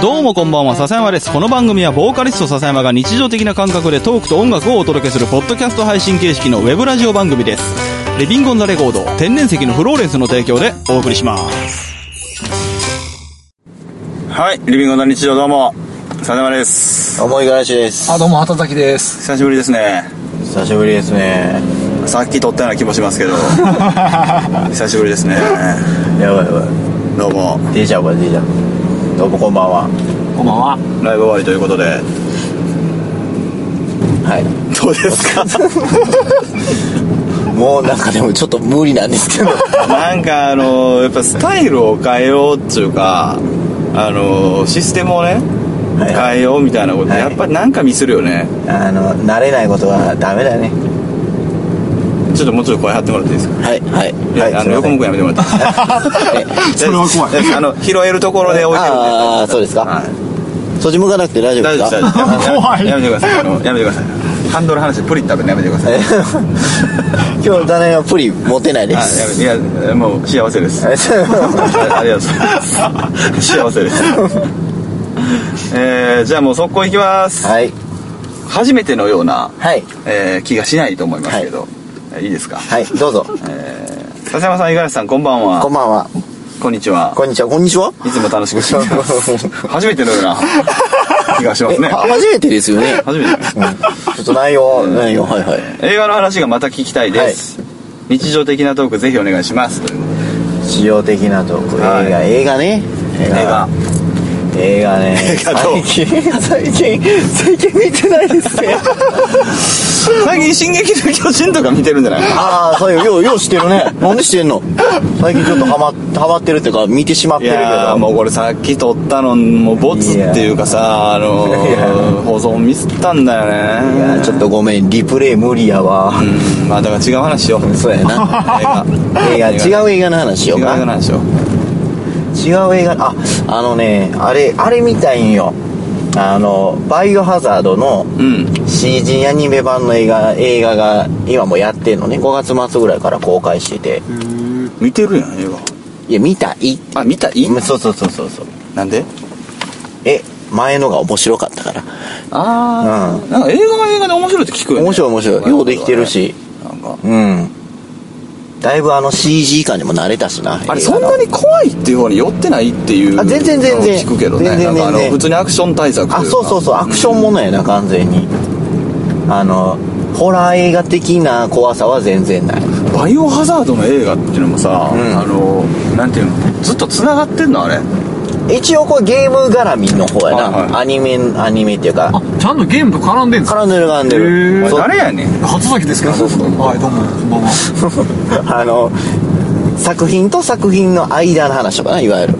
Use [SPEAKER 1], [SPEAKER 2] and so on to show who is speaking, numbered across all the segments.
[SPEAKER 1] どうもこんばんは、笹山です。この番組はボーカリスト笹山が日常的な感覚でトークと音楽をお届けするポッドキャスト配信形式のウェブラジオ番組です。レビンゴンザレコード、天然石のフローレンスの提供でお送りします。はい、リビンゴンザ日常どうも、笹山です。
[SPEAKER 2] 思いがらしです
[SPEAKER 3] あ、どうも、畑崎です。
[SPEAKER 1] 久しぶりですね。
[SPEAKER 2] 久しぶりですね
[SPEAKER 1] さっき撮ったような気もしますけ ど、久しぶりですね。
[SPEAKER 2] やばいやばい
[SPEAKER 1] どうも、
[SPEAKER 2] 出ちゃうか出ちゃうどうもこんばんは
[SPEAKER 3] こんばんは。
[SPEAKER 1] ライブ終わりということで、
[SPEAKER 2] はい
[SPEAKER 1] どうですか
[SPEAKER 2] もうなんかでもちょっと無理なん ですけど
[SPEAKER 1] なんかあのやっぱスタイルを変えようっていうかあのシステムをね
[SPEAKER 2] はい
[SPEAKER 1] 変えようみたいなこと、
[SPEAKER 2] はい
[SPEAKER 1] やっぱなんかミスるよね
[SPEAKER 2] あの慣れないことはダメだね
[SPEAKER 1] ちょっともうちょっと声張ってもらっていいですか
[SPEAKER 2] はいはい
[SPEAKER 1] いや
[SPEAKER 2] はい
[SPEAKER 1] あの横向くのやめてもらっていいです か
[SPEAKER 3] それは怖い
[SPEAKER 1] え あの拾えるところで置いてるんで
[SPEAKER 2] ああそうですか、
[SPEAKER 1] はい
[SPEAKER 2] そっち向かなくて大丈夫で
[SPEAKER 1] 大
[SPEAKER 2] す
[SPEAKER 1] 丈夫
[SPEAKER 2] か
[SPEAKER 1] です大丈夫 です
[SPEAKER 3] 怖い
[SPEAKER 1] やめてくださいあのやめてくださいハンドル離してプリッと食べるのやめてください
[SPEAKER 2] え今日ダネはプリン持ってないで
[SPEAKER 1] あ
[SPEAKER 2] す
[SPEAKER 1] やめいやもう幸せです あありがとうございます幸せですえー、じゃあもう速攻いきます、
[SPEAKER 2] はい
[SPEAKER 1] 初めてのような
[SPEAKER 2] はい
[SPEAKER 1] えー気がしないと思いますけど、えい、いですか、
[SPEAKER 2] はいどうぞ
[SPEAKER 1] えー笹山さん五十嵐さんこんばんは
[SPEAKER 2] こんばんは
[SPEAKER 1] こんにちは
[SPEAKER 2] こんにちはこんにちはい
[SPEAKER 1] つも楽しくしています 初めてのような気がします
[SPEAKER 2] え
[SPEAKER 1] ね
[SPEAKER 2] は初めてですよね
[SPEAKER 1] 初めて
[SPEAKER 2] ちょっと内容内容はいはい
[SPEAKER 1] 映画の話がまた聞きたいです、日常的なトークぜひお願いしますという
[SPEAKER 2] 史上的なとこ映
[SPEAKER 1] はい
[SPEAKER 2] 画映画ね映
[SPEAKER 1] 映画
[SPEAKER 2] 映画ね
[SPEAKER 1] 映画どう
[SPEAKER 2] 最近最近最近見てないですね
[SPEAKER 1] 最近「進撃の巨人」とか見てるんじゃないの
[SPEAKER 2] ああそうよようようしてるねなんでしてんの最近ちょっとハマハマってるっていうか見てしまっ
[SPEAKER 1] い
[SPEAKER 2] てるけ
[SPEAKER 1] やー
[SPEAKER 2] ど
[SPEAKER 1] もうこれさっき撮ったのもうボツっていうかさあの
[SPEAKER 2] いや
[SPEAKER 1] ー、放送ミスったんだよ
[SPEAKER 2] い
[SPEAKER 1] ね
[SPEAKER 2] やーちょっとごめんリプレイ無理やわ
[SPEAKER 1] うんまあだから違う話しよう
[SPEAKER 2] そうやな
[SPEAKER 1] 映 画
[SPEAKER 2] 映画違う映画の話しよ
[SPEAKER 1] 違う
[SPEAKER 2] う
[SPEAKER 1] 映
[SPEAKER 2] か
[SPEAKER 1] 画なんでしょ
[SPEAKER 2] 違う映画ああのねあれあれ見たいんよあのバイオハザードの
[SPEAKER 1] うん
[SPEAKER 2] CG アニメ版の映画映画が今もやってんのね5月末ぐらいから公開してて
[SPEAKER 1] 見てるやん映
[SPEAKER 2] いや見たい
[SPEAKER 1] 画あ見たい
[SPEAKER 2] うんそうそうそうそうそう
[SPEAKER 1] なんで
[SPEAKER 2] え前のが面白かったから
[SPEAKER 1] ああ、
[SPEAKER 2] う
[SPEAKER 1] なんか映画は映画で面白いって聞くよね
[SPEAKER 2] 面白い面白いようできてるし
[SPEAKER 1] なんか
[SPEAKER 2] うんだいぶあの CG 感にも慣れたしな
[SPEAKER 1] あれ
[SPEAKER 2] 映画
[SPEAKER 1] そん
[SPEAKER 2] の
[SPEAKER 1] なに怖いっていう方に寄ってないっていう
[SPEAKER 2] あ全然全然
[SPEAKER 1] 聞くけどね
[SPEAKER 2] 全然全然
[SPEAKER 1] なんかあの普通にアクション対策とい
[SPEAKER 2] あそうそうそうアクションものやな完全にあのホラー映画的な怖さは全然ない
[SPEAKER 1] うんバイオハザードの映画っていうのもさ、
[SPEAKER 2] うん
[SPEAKER 1] あのなんていうのずっと繋がってんのあれ
[SPEAKER 2] 一応これゲーム絡みの方やな、
[SPEAKER 1] はいはい
[SPEAKER 2] アニメアニメっていうか
[SPEAKER 3] あ、ちゃんとゲームと絡んでんすか
[SPEAKER 2] 絡んでる絡んでる
[SPEAKER 3] へー
[SPEAKER 2] そう
[SPEAKER 1] 誰やねん
[SPEAKER 3] 初崎ですけど。はい、どうも、こんばんは。
[SPEAKER 2] あの作品と作品の間の話とかないわゆる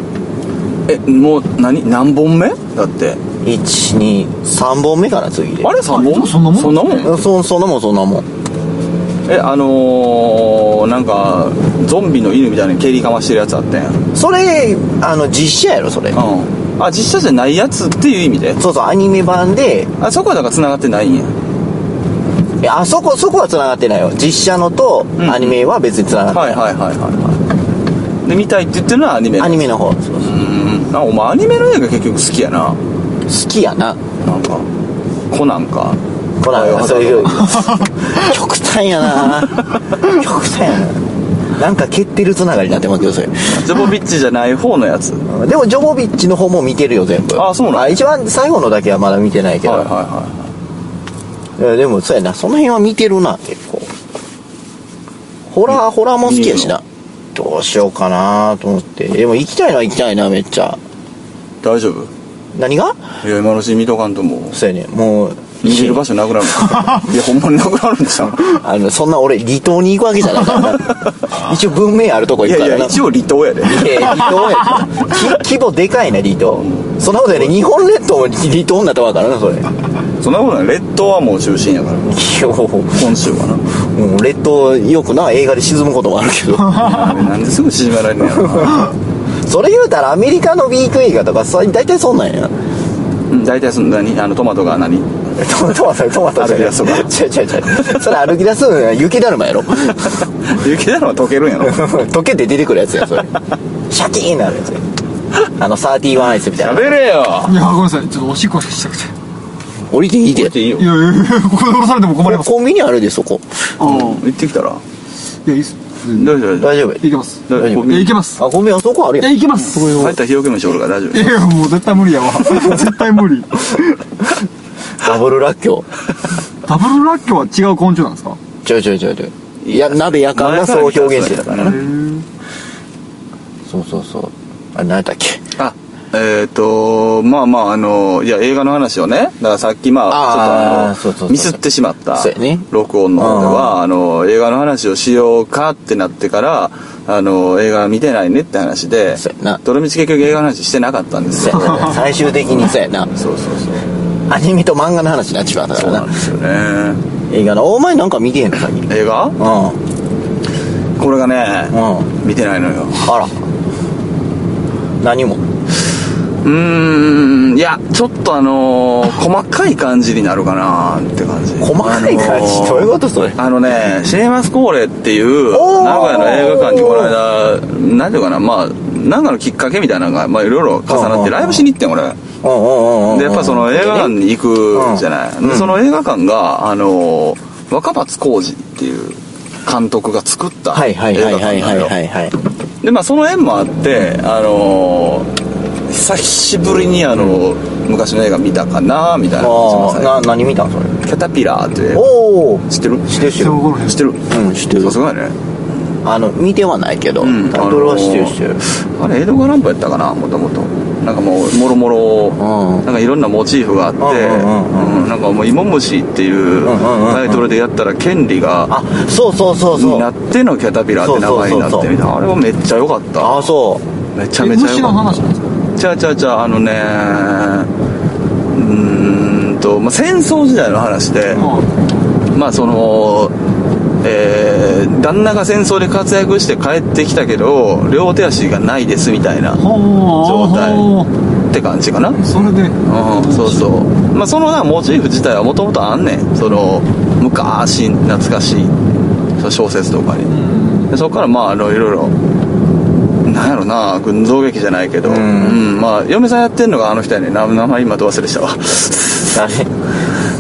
[SPEAKER 1] えもう何何本目だって
[SPEAKER 2] 123本目かな次で
[SPEAKER 1] あれ3本
[SPEAKER 3] あそんなもん
[SPEAKER 1] そんなもん
[SPEAKER 2] うんそそんなもんそんなもん
[SPEAKER 1] えあのー、なんかゾンビの犬みたいな蹴りかましてるやつあったやん
[SPEAKER 2] それあの実写やろそれ
[SPEAKER 1] うんあ実写じゃないやつっていう意味で
[SPEAKER 2] そうそうアニメ版で
[SPEAKER 1] あそこはだから繋がってないんや
[SPEAKER 2] いやあそこそこは繋がってないよ実写のと
[SPEAKER 1] ん
[SPEAKER 2] アニメは別に繋がって
[SPEAKER 1] はいはいはいはいはいで見たいって言ってるのはアニメ
[SPEAKER 2] アニメの方そうそう
[SPEAKER 1] うんあお前アニメの映画結局好きやな
[SPEAKER 2] 好きやな
[SPEAKER 1] なんかコナンか
[SPEAKER 2] コナン
[SPEAKER 1] バイオハ
[SPEAKER 2] が
[SPEAKER 1] ザ
[SPEAKER 2] そう
[SPEAKER 1] ー
[SPEAKER 2] い
[SPEAKER 1] ド
[SPEAKER 2] う極端やな極端やななんか蹴ってるつながりになってますけどそれ
[SPEAKER 1] ジョボビッチじゃない方のやつはい
[SPEAKER 2] でもジョボビッチの方も見てるよ全部
[SPEAKER 1] あそうなん
[SPEAKER 2] あ一番最後のだけはまだ見てないけど、
[SPEAKER 1] はいはい
[SPEAKER 2] やでもそうやなその辺は見てるな結構ホラーホラーも好きやしなどうしようかなと思ってでも行きたいな行きたいなめっちゃ
[SPEAKER 1] い大丈夫
[SPEAKER 2] 何が
[SPEAKER 1] いや今のうちに見とかんともう
[SPEAKER 2] そうやねもう
[SPEAKER 1] 見れる場所なくなる いやほんまになくなるんちゃう
[SPEAKER 2] あのそんな俺離島に行くわけじ ゃないからな一応文明あるとこ
[SPEAKER 1] いや
[SPEAKER 2] 行くか
[SPEAKER 1] い
[SPEAKER 2] ら
[SPEAKER 1] や
[SPEAKER 2] な
[SPEAKER 1] 一応離島やで
[SPEAKER 2] いや離島やき規 模でかいな離島そんなことやね日本列島も離島になったわからなそれいや
[SPEAKER 1] そんなことない列島はもう中心やから
[SPEAKER 2] もう
[SPEAKER 1] 本州はな
[SPEAKER 2] もう列島よくな映画で沈むこともあるけ ど
[SPEAKER 1] あれなんですぐ縮められるんやろな
[SPEAKER 2] それ言うたらアメリカのビーク映画とかそ大体そんなんやな
[SPEAKER 1] うん大体その何あのトマトが何
[SPEAKER 2] トマトマトトマトじゃない
[SPEAKER 1] 歩き出すの
[SPEAKER 2] 違う違う違うそれ歩き出すのは雪だるまやろ
[SPEAKER 1] 雪だるま溶けるんやろ
[SPEAKER 2] 溶けて出てくるやつやそれシャキーンなるやつやあの、サーティワンアイスみたいな。
[SPEAKER 1] 喋れよ
[SPEAKER 4] いや、ごめんなさい。ちょっとおしっこしたくて。
[SPEAKER 2] 降りていい
[SPEAKER 1] 行
[SPEAKER 2] で
[SPEAKER 1] っ。ていいよ
[SPEAKER 4] いやいやいや、ここで降ろされても困ります。
[SPEAKER 2] コンビニあるで、そこ。
[SPEAKER 1] 行ってきたら
[SPEAKER 4] いや、いいっす。
[SPEAKER 1] 大丈夫大丈
[SPEAKER 2] 大丈夫。
[SPEAKER 4] いけます。
[SPEAKER 1] 夫大丈
[SPEAKER 4] い
[SPEAKER 1] 夫
[SPEAKER 4] や、いけます。
[SPEAKER 2] あ、コンビニあそこある
[SPEAKER 4] いや、
[SPEAKER 2] やん。
[SPEAKER 4] いけます。
[SPEAKER 1] 帰ったら広げましょう俺から大丈
[SPEAKER 4] いやいや、もう絶対無理やわ。絶対無理。
[SPEAKER 2] ダブルラッキョウ。
[SPEAKER 4] ダブルラッキョは違う昆虫なんですか
[SPEAKER 2] ちょいちょいちょいちょい。いや、鍋やかんがそう表現してたからな。そうそうそう。あれ、何やったっけ
[SPEAKER 1] 夫あえっ、とまあまああのいや映画の話をねだからさっきまあ
[SPEAKER 2] あー
[SPEAKER 1] ちょっ
[SPEAKER 2] そう
[SPEAKER 1] とあ
[SPEAKER 2] そうそ
[SPEAKER 1] の
[SPEAKER 2] う
[SPEAKER 1] ミスってしまった
[SPEAKER 2] そうやね
[SPEAKER 1] 録音の方ではあの映画の話をしようかってなってからあの映画見てないねって話で
[SPEAKER 2] そうやな
[SPEAKER 1] どれみち結局映画の話してなかったんです
[SPEAKER 2] そう
[SPEAKER 1] よ
[SPEAKER 2] やな最終的にそうやな。
[SPEAKER 1] そうそうそう
[SPEAKER 2] アニメと漫画の話になっちまったか
[SPEAKER 1] そう
[SPEAKER 2] ら
[SPEAKER 1] なん
[SPEAKER 2] な
[SPEAKER 1] で。すよね
[SPEAKER 2] 映画の、お前なんか見てへんの、最近。
[SPEAKER 1] 映画
[SPEAKER 2] うん。うん。
[SPEAKER 1] これがね見てないのよ
[SPEAKER 2] あら。何も。
[SPEAKER 1] うーんいやちょっとあのー細かい感じになるかなって感じ
[SPEAKER 2] 細かい感じ、
[SPEAKER 1] あのー
[SPEAKER 2] どういうことそれ。
[SPEAKER 1] あのねシネマスコーレっていう名
[SPEAKER 2] お
[SPEAKER 1] 古
[SPEAKER 2] ー
[SPEAKER 1] 屋の映画館にこの間何ていうかなまあなんかのきっかけみたいなのがまあいろいろ重なってライブしに行ってん俺
[SPEAKER 2] うんうんうんうん。
[SPEAKER 1] でやっぱその映画館に行くじゃない、
[SPEAKER 2] うん
[SPEAKER 1] でその映画館があのー若松浩二っていう監督が作った
[SPEAKER 2] はい
[SPEAKER 1] 映画
[SPEAKER 2] はいはいは
[SPEAKER 1] 館
[SPEAKER 2] い
[SPEAKER 1] な
[SPEAKER 2] はい
[SPEAKER 1] のよ
[SPEAKER 2] はいはい。
[SPEAKER 1] でまあその縁もあってあのー久しぶりにあの昔の映画見たかなみたいな感
[SPEAKER 2] あ
[SPEAKER 1] じ
[SPEAKER 2] あ、
[SPEAKER 1] で
[SPEAKER 2] な、何見たんそれ。
[SPEAKER 1] キャタピラーっていう映画
[SPEAKER 2] おお。
[SPEAKER 1] 知ってる
[SPEAKER 2] 知ってる知って
[SPEAKER 4] で
[SPEAKER 2] る
[SPEAKER 4] も。この
[SPEAKER 1] 知ってる
[SPEAKER 2] うん、知ってる
[SPEAKER 1] さす。がやね
[SPEAKER 2] あの、見てはないけど、
[SPEAKER 1] うん
[SPEAKER 2] タイトルは知ってる
[SPEAKER 1] あのー
[SPEAKER 2] 知ってる。
[SPEAKER 1] あれ江戸川乱歩やったかなもともとなんかもうもろもろ
[SPEAKER 2] うん
[SPEAKER 1] なんかいろんなモチーフがあって
[SPEAKER 2] うんうん
[SPEAKER 1] うんなんかもう「芋虫」っていう
[SPEAKER 2] うんうんうん
[SPEAKER 1] タイトルでやったら権利が
[SPEAKER 2] あ、そうそうそう
[SPEAKER 1] に
[SPEAKER 2] そ
[SPEAKER 1] なっ
[SPEAKER 2] う。
[SPEAKER 1] てのキャタピラーって名前になってみたいなあれはめっちゃ良かった
[SPEAKER 2] ああ、そう。
[SPEAKER 1] めちゃめちゃ
[SPEAKER 4] 虫
[SPEAKER 1] 良
[SPEAKER 4] の
[SPEAKER 1] かった
[SPEAKER 4] 話なんですか
[SPEAKER 1] ちゃうちゃうちゃうあのねうーんと、まあ、戦争時代の話で、まあそのえー旦那が戦争で活躍して帰ってきたけど両手足がないですみたいなっ
[SPEAKER 4] ほ
[SPEAKER 1] 状態
[SPEAKER 4] ほ
[SPEAKER 1] て感じかなう
[SPEAKER 4] うそれで、
[SPEAKER 1] んそうそうまあそのなモチーフ自体はもともとあんねんその昔懐かしいその小説とかにでそこからまああのいろいろなんやろな群像劇じゃないけど、うんんまあ嫁さんやってんのがあの人やねんな名前今ど忘れ したわ
[SPEAKER 2] 誰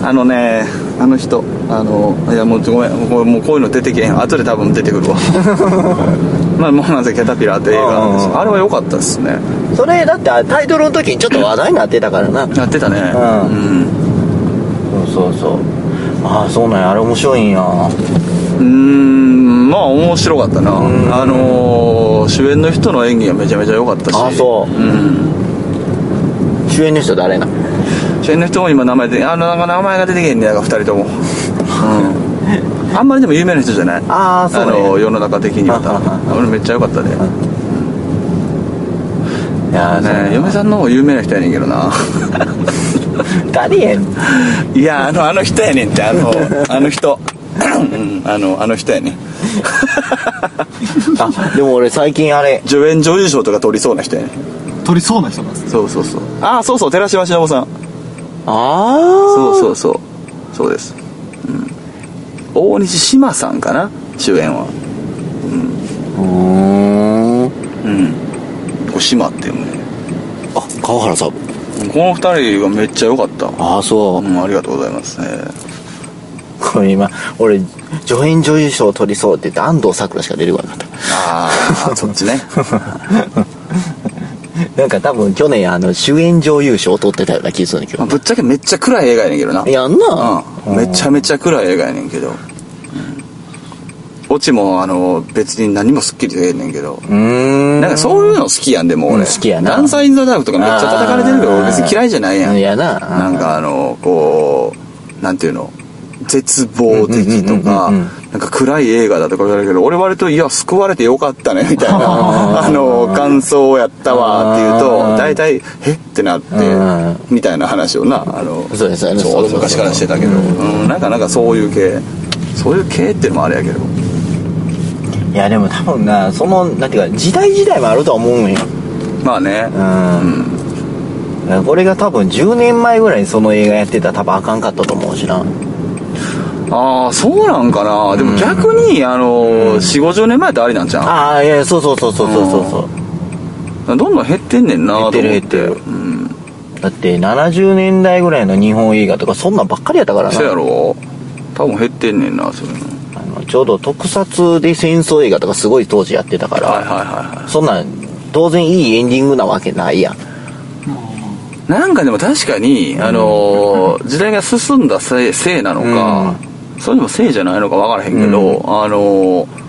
[SPEAKER 1] あのねあの人あのいやもうごめんもうもうこういうの出てけへん後で多分出てくる わまあもうなんせキャタピラーって映画なんです
[SPEAKER 2] うん
[SPEAKER 1] あれは良かったですね
[SPEAKER 2] それ、だってあタイトルの時にちょっと話題になってたからな。
[SPEAKER 1] やってたね
[SPEAKER 2] うんそうそうそう。ああ、そうなんや。あれ面白いんや。
[SPEAKER 1] うんうーんまあ面白かったな
[SPEAKER 2] うん
[SPEAKER 1] あのー主演の人の演技がめちゃめちゃ良かったし
[SPEAKER 2] あそううん主演の人誰な
[SPEAKER 1] 主演の人も今名前であのなんか名前が出てけへんねやが2人ともうんあんまりでも有名な人じゃない
[SPEAKER 2] あーそうね
[SPEAKER 1] あの世の中的には多
[SPEAKER 2] あ
[SPEAKER 1] 分俺めっちゃ良かったで、
[SPEAKER 2] いやー
[SPEAKER 1] ね、嫁さんの方が有名な人やねんけどな
[SPEAKER 2] そう誰やん。
[SPEAKER 1] いやあのあの人やねんってあ のあの人うんあのあの人やねん
[SPEAKER 2] あ、でも俺最近あれ、
[SPEAKER 1] 助演女優賞とか取りそうな人やねん
[SPEAKER 4] 取りそうな人なんです
[SPEAKER 1] そうそうそうああそうそう寺島しのぶさん
[SPEAKER 2] ああ。
[SPEAKER 1] そう
[SPEAKER 2] う。
[SPEAKER 1] そうそうそうです、うん、大西島さんかな主演は
[SPEAKER 2] うーん。
[SPEAKER 1] うんこれ島っていうのね
[SPEAKER 2] あ、川原さん。
[SPEAKER 1] この二人がめっちゃ良かった
[SPEAKER 2] ああ、そう
[SPEAKER 1] う。んありがとうございますね
[SPEAKER 2] これ今、俺、助演女優賞を取りそうって言って安藤サクラしか出てこなかった。
[SPEAKER 1] ああ そっ ちね
[SPEAKER 2] なんか多分去年あの、主演女優賞を取ってたような気がするんだけ
[SPEAKER 1] まあ
[SPEAKER 2] ど。
[SPEAKER 1] ぶっちゃけめっちゃ暗い映画やねんけどな
[SPEAKER 2] やんな、
[SPEAKER 1] うん、めちゃめちゃ暗い映画やねんけど、うんオチもあの別に何もすっきりせえへんねんけど、
[SPEAKER 2] うーん。
[SPEAKER 1] なんかそういうの好きやんでも俺、
[SPEAKER 2] うん好きやな
[SPEAKER 1] ダンサー・イン・ザ・ダークとかめっちゃ叩かれてるけど
[SPEAKER 2] あー
[SPEAKER 1] 俺別に嫌いじゃないやん
[SPEAKER 2] いやな
[SPEAKER 1] なんかあのこうなんていうの絶望的とか
[SPEAKER 2] うんうんうんうん
[SPEAKER 1] なんか暗い映画だとか言われるけど俺割といや救われてよかったねみ たいなあの感想をやったわっていう
[SPEAKER 2] あ
[SPEAKER 1] と
[SPEAKER 2] ー
[SPEAKER 1] 大体えってなって
[SPEAKER 2] うん
[SPEAKER 1] みたいな話をなあの
[SPEAKER 2] そうですよね
[SPEAKER 1] ちょうど昔からしてたけど、うん、なんかなんかそういう系そういう系っていうのもあれやけど
[SPEAKER 2] いやでも多分な、その、なんていうか、時代時代もあるとは思うんよ。
[SPEAKER 1] まあね
[SPEAKER 2] うん。これが多分10年前ぐらいにその映画やってたら多分あかんかったと思うしな。
[SPEAKER 1] ああそうなんかなでも逆にあの4 5 0年前ってありなんじゃん
[SPEAKER 2] ああ、いやいや、そうそうそうそうそうそうそ
[SPEAKER 1] ど
[SPEAKER 2] う。
[SPEAKER 1] んどん減ってんねんなと思って
[SPEAKER 2] 減ってる減って
[SPEAKER 1] う
[SPEAKER 2] る
[SPEAKER 1] ん
[SPEAKER 2] だって70年代ぐらいの日本映画とかそんなんばっかりやったからな
[SPEAKER 1] そやろ多分減ってんねんなそれも
[SPEAKER 2] あのちょうど特撮で戦争映画とかすごい当時やってたから、
[SPEAKER 1] はいはいはいは
[SPEAKER 2] そんなん当然いいエンディングなわけないやん
[SPEAKER 1] いなんかでも確かに、あのー時代が進んだせいせいなのか、それでもせいじゃないのか分からへんけど、あのー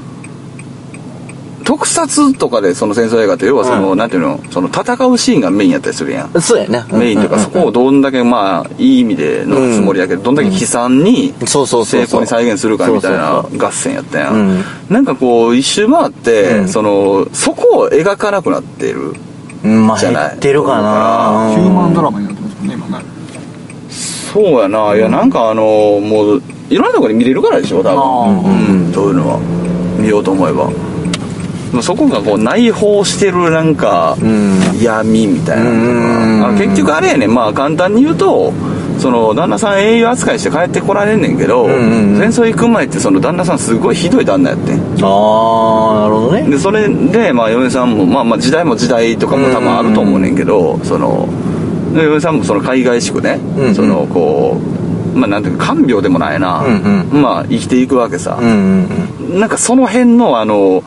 [SPEAKER 1] 特撮とかでその戦争映画って要はその、なんていうのその戦うシーンがメインやったりするやん
[SPEAKER 2] そうやね
[SPEAKER 1] メインというか、
[SPEAKER 2] うん
[SPEAKER 1] そこをどんだけ、まあ、いい意味でのつもりやけど、どんだけ悲惨に
[SPEAKER 2] うんそうそうそうそう
[SPEAKER 1] 成功に再現するかみたい
[SPEAKER 2] そう
[SPEAKER 1] な
[SPEAKER 2] そう
[SPEAKER 1] 合戦やったや
[SPEAKER 2] うん
[SPEAKER 1] ん。なんかこう、一周回っ
[SPEAKER 2] う
[SPEAKER 1] て、
[SPEAKER 2] ん
[SPEAKER 1] その、そこを描かなくなってる。
[SPEAKER 2] うんまあ
[SPEAKER 1] じゃ
[SPEAKER 2] 減
[SPEAKER 1] ない
[SPEAKER 2] ってるかな
[SPEAKER 4] ヒューマンド
[SPEAKER 2] ラ
[SPEAKER 4] ラマになってますもんね、今ね。
[SPEAKER 1] そうやな。いや、なんかあの、もう、いろんなところに見れるからでしょ、多
[SPEAKER 4] あ
[SPEAKER 1] 分。うん、そういうのは。見ようと思えば。まあそこがこう、内包してるなんか、
[SPEAKER 2] うん
[SPEAKER 1] 闇みたいなの
[SPEAKER 2] うんうんうん
[SPEAKER 1] があの結局あれやねんまあ簡単に言うとその旦那さん英雄扱いして帰ってこられんねんけど、
[SPEAKER 2] んうんうん
[SPEAKER 1] 戦争行く前ってその旦那さんすごいひどい旦那やってん
[SPEAKER 2] ああなるほどね
[SPEAKER 1] でそれでまあ嫁さんもまあまあ時代も時代とかも多分あると思うねんけど、そので嫁さんもその海外宿ね、
[SPEAKER 2] うんうん
[SPEAKER 1] そのこうまあなんていうか看病でもないな、
[SPEAKER 2] うん
[SPEAKER 1] まあ生きていくわけさ、
[SPEAKER 2] うんうん
[SPEAKER 1] なんかその辺のあの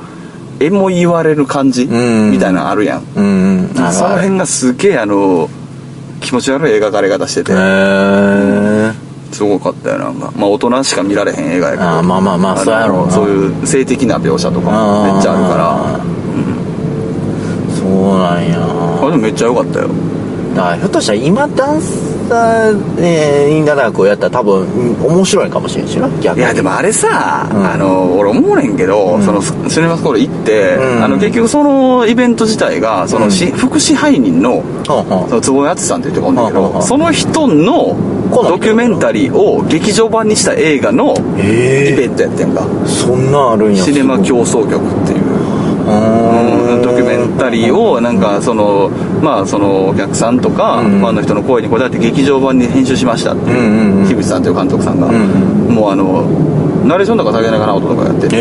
[SPEAKER 1] えも言われる感じ、
[SPEAKER 2] ん
[SPEAKER 1] みたいなのあるやん
[SPEAKER 2] うんうんうんある
[SPEAKER 1] その
[SPEAKER 2] ある
[SPEAKER 1] 辺がすげえあの気持ち悪い描かれ方してて
[SPEAKER 2] へー
[SPEAKER 1] すごかったよなんかまあ大人しか見られへん映画やけど
[SPEAKER 2] あーまあまあまあ
[SPEAKER 1] の
[SPEAKER 2] そうやろうな
[SPEAKER 1] そういう性的な描写とかもめっちゃあるから
[SPEAKER 2] そうなんや
[SPEAKER 1] あれでもめっちゃ良かったよ
[SPEAKER 2] だからひょっとしたら今ダンサーえーに奈良くをやったら多分うん面白いかもしれんしな逆
[SPEAKER 1] い
[SPEAKER 2] に
[SPEAKER 1] やでもあれさ、
[SPEAKER 2] うん
[SPEAKER 1] あの俺思うねんけど、そのシネマスコール行って、
[SPEAKER 2] うん
[SPEAKER 1] あの結局そのイベント自体がその、し副支配人の
[SPEAKER 2] ほんほん
[SPEAKER 1] その坪井敦さんっていう人がおんだけ
[SPEAKER 2] はあはあは
[SPEAKER 1] ど
[SPEAKER 2] あ
[SPEAKER 1] その人の
[SPEAKER 2] 好み
[SPEAKER 1] ドキュメンタリーを劇場版にした映画の
[SPEAKER 2] え
[SPEAKER 1] イベントやってんか、
[SPEAKER 2] そんなんあるんや
[SPEAKER 1] シネマ競争局っていう
[SPEAKER 2] う
[SPEAKER 1] うん
[SPEAKER 2] ーん
[SPEAKER 1] ドキュメンタリーをなんかそのまあそのお客さんとか
[SPEAKER 2] うん
[SPEAKER 1] ファンの人の声に応えて劇場版に編集しましたって
[SPEAKER 2] うん
[SPEAKER 1] いう
[SPEAKER 2] うん
[SPEAKER 1] うん樋口さんという監督さんが
[SPEAKER 2] うん
[SPEAKER 1] もうあのナレーションとか下げながら音とかやって
[SPEAKER 2] へ
[SPEAKER 1] て
[SPEAKER 2] え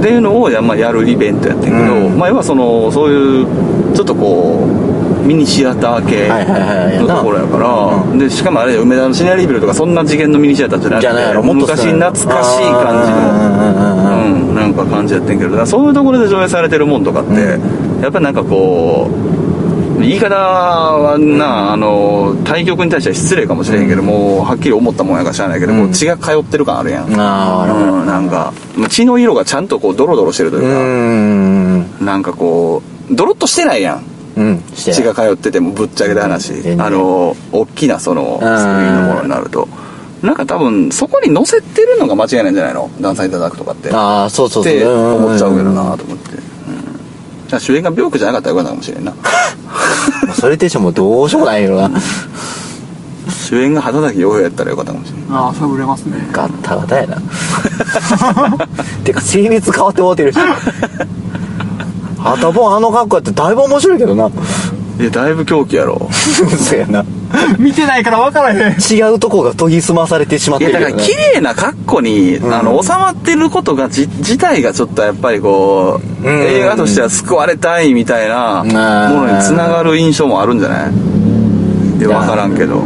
[SPEAKER 1] っていうのをや,、まあ、やるイベントやってんけど、
[SPEAKER 2] うん
[SPEAKER 1] まあ要はそのそういうちょっとこうミニシアター系
[SPEAKER 2] はいはいはい
[SPEAKER 1] のところやから、でしかもあれ梅田のシネアリビルとかそんな次元のミニシアターじゃなく
[SPEAKER 2] じ
[SPEAKER 1] て
[SPEAKER 2] ゃないやろもっと
[SPEAKER 1] 昔懐かしい感じの。う
[SPEAKER 2] の
[SPEAKER 1] ん、なんか感じやってんけどだからそういうところで上映されてるもんとかって、やっぱなんかこう言い方はな、あの対局に対しては失礼かもしれへんけど、もうはっきり思ったもんやから知らないけど、もう血が通ってる感あるやん、うん、
[SPEAKER 2] ああ
[SPEAKER 1] なんかまあ血の色がちゃんとこうドロドロしてるといううか、
[SPEAKER 2] ん
[SPEAKER 1] なんかこうドロッとしてないやん
[SPEAKER 2] うんして
[SPEAKER 1] 血が通っててもぶっちゃけた話、
[SPEAKER 2] 全然
[SPEAKER 1] あの大きなそのスクリーンのものになると、なんか多分そこに載せてるのが間違いないんじゃないのダンサーいただくとかって
[SPEAKER 2] ああそうそう
[SPEAKER 1] っ
[SPEAKER 2] そう
[SPEAKER 1] て
[SPEAKER 2] んんん
[SPEAKER 1] 思っちゃうけどなと思って、うん、だから主演が病気じゃなかったらよかったかもしれんな
[SPEAKER 2] それってしてもうどうしようもないよな
[SPEAKER 1] 主演が畑崎陽平やったらよかったかもしれん
[SPEAKER 4] ああ、それ売れますね。
[SPEAKER 2] ガッタガタやなてか性別変わってもうてるしあたぼんあの格好やってだいぶ面白いけ どな
[SPEAKER 1] いやだいぶ狂気やろ
[SPEAKER 2] そうやな
[SPEAKER 4] 見てないから分からへん。
[SPEAKER 2] 違うとこが研ぎ澄まされてしまっ
[SPEAKER 1] い
[SPEAKER 2] て
[SPEAKER 1] や
[SPEAKER 2] る
[SPEAKER 1] だから
[SPEAKER 2] けどな
[SPEAKER 1] 綺麗な格好に、あの収まってることがじ自体がちょっとやっぱりこう、
[SPEAKER 2] うん
[SPEAKER 1] 映画としては救われたいみたいな
[SPEAKER 2] うん
[SPEAKER 1] ものにつながる印象もあるんじゃないいや分からんけど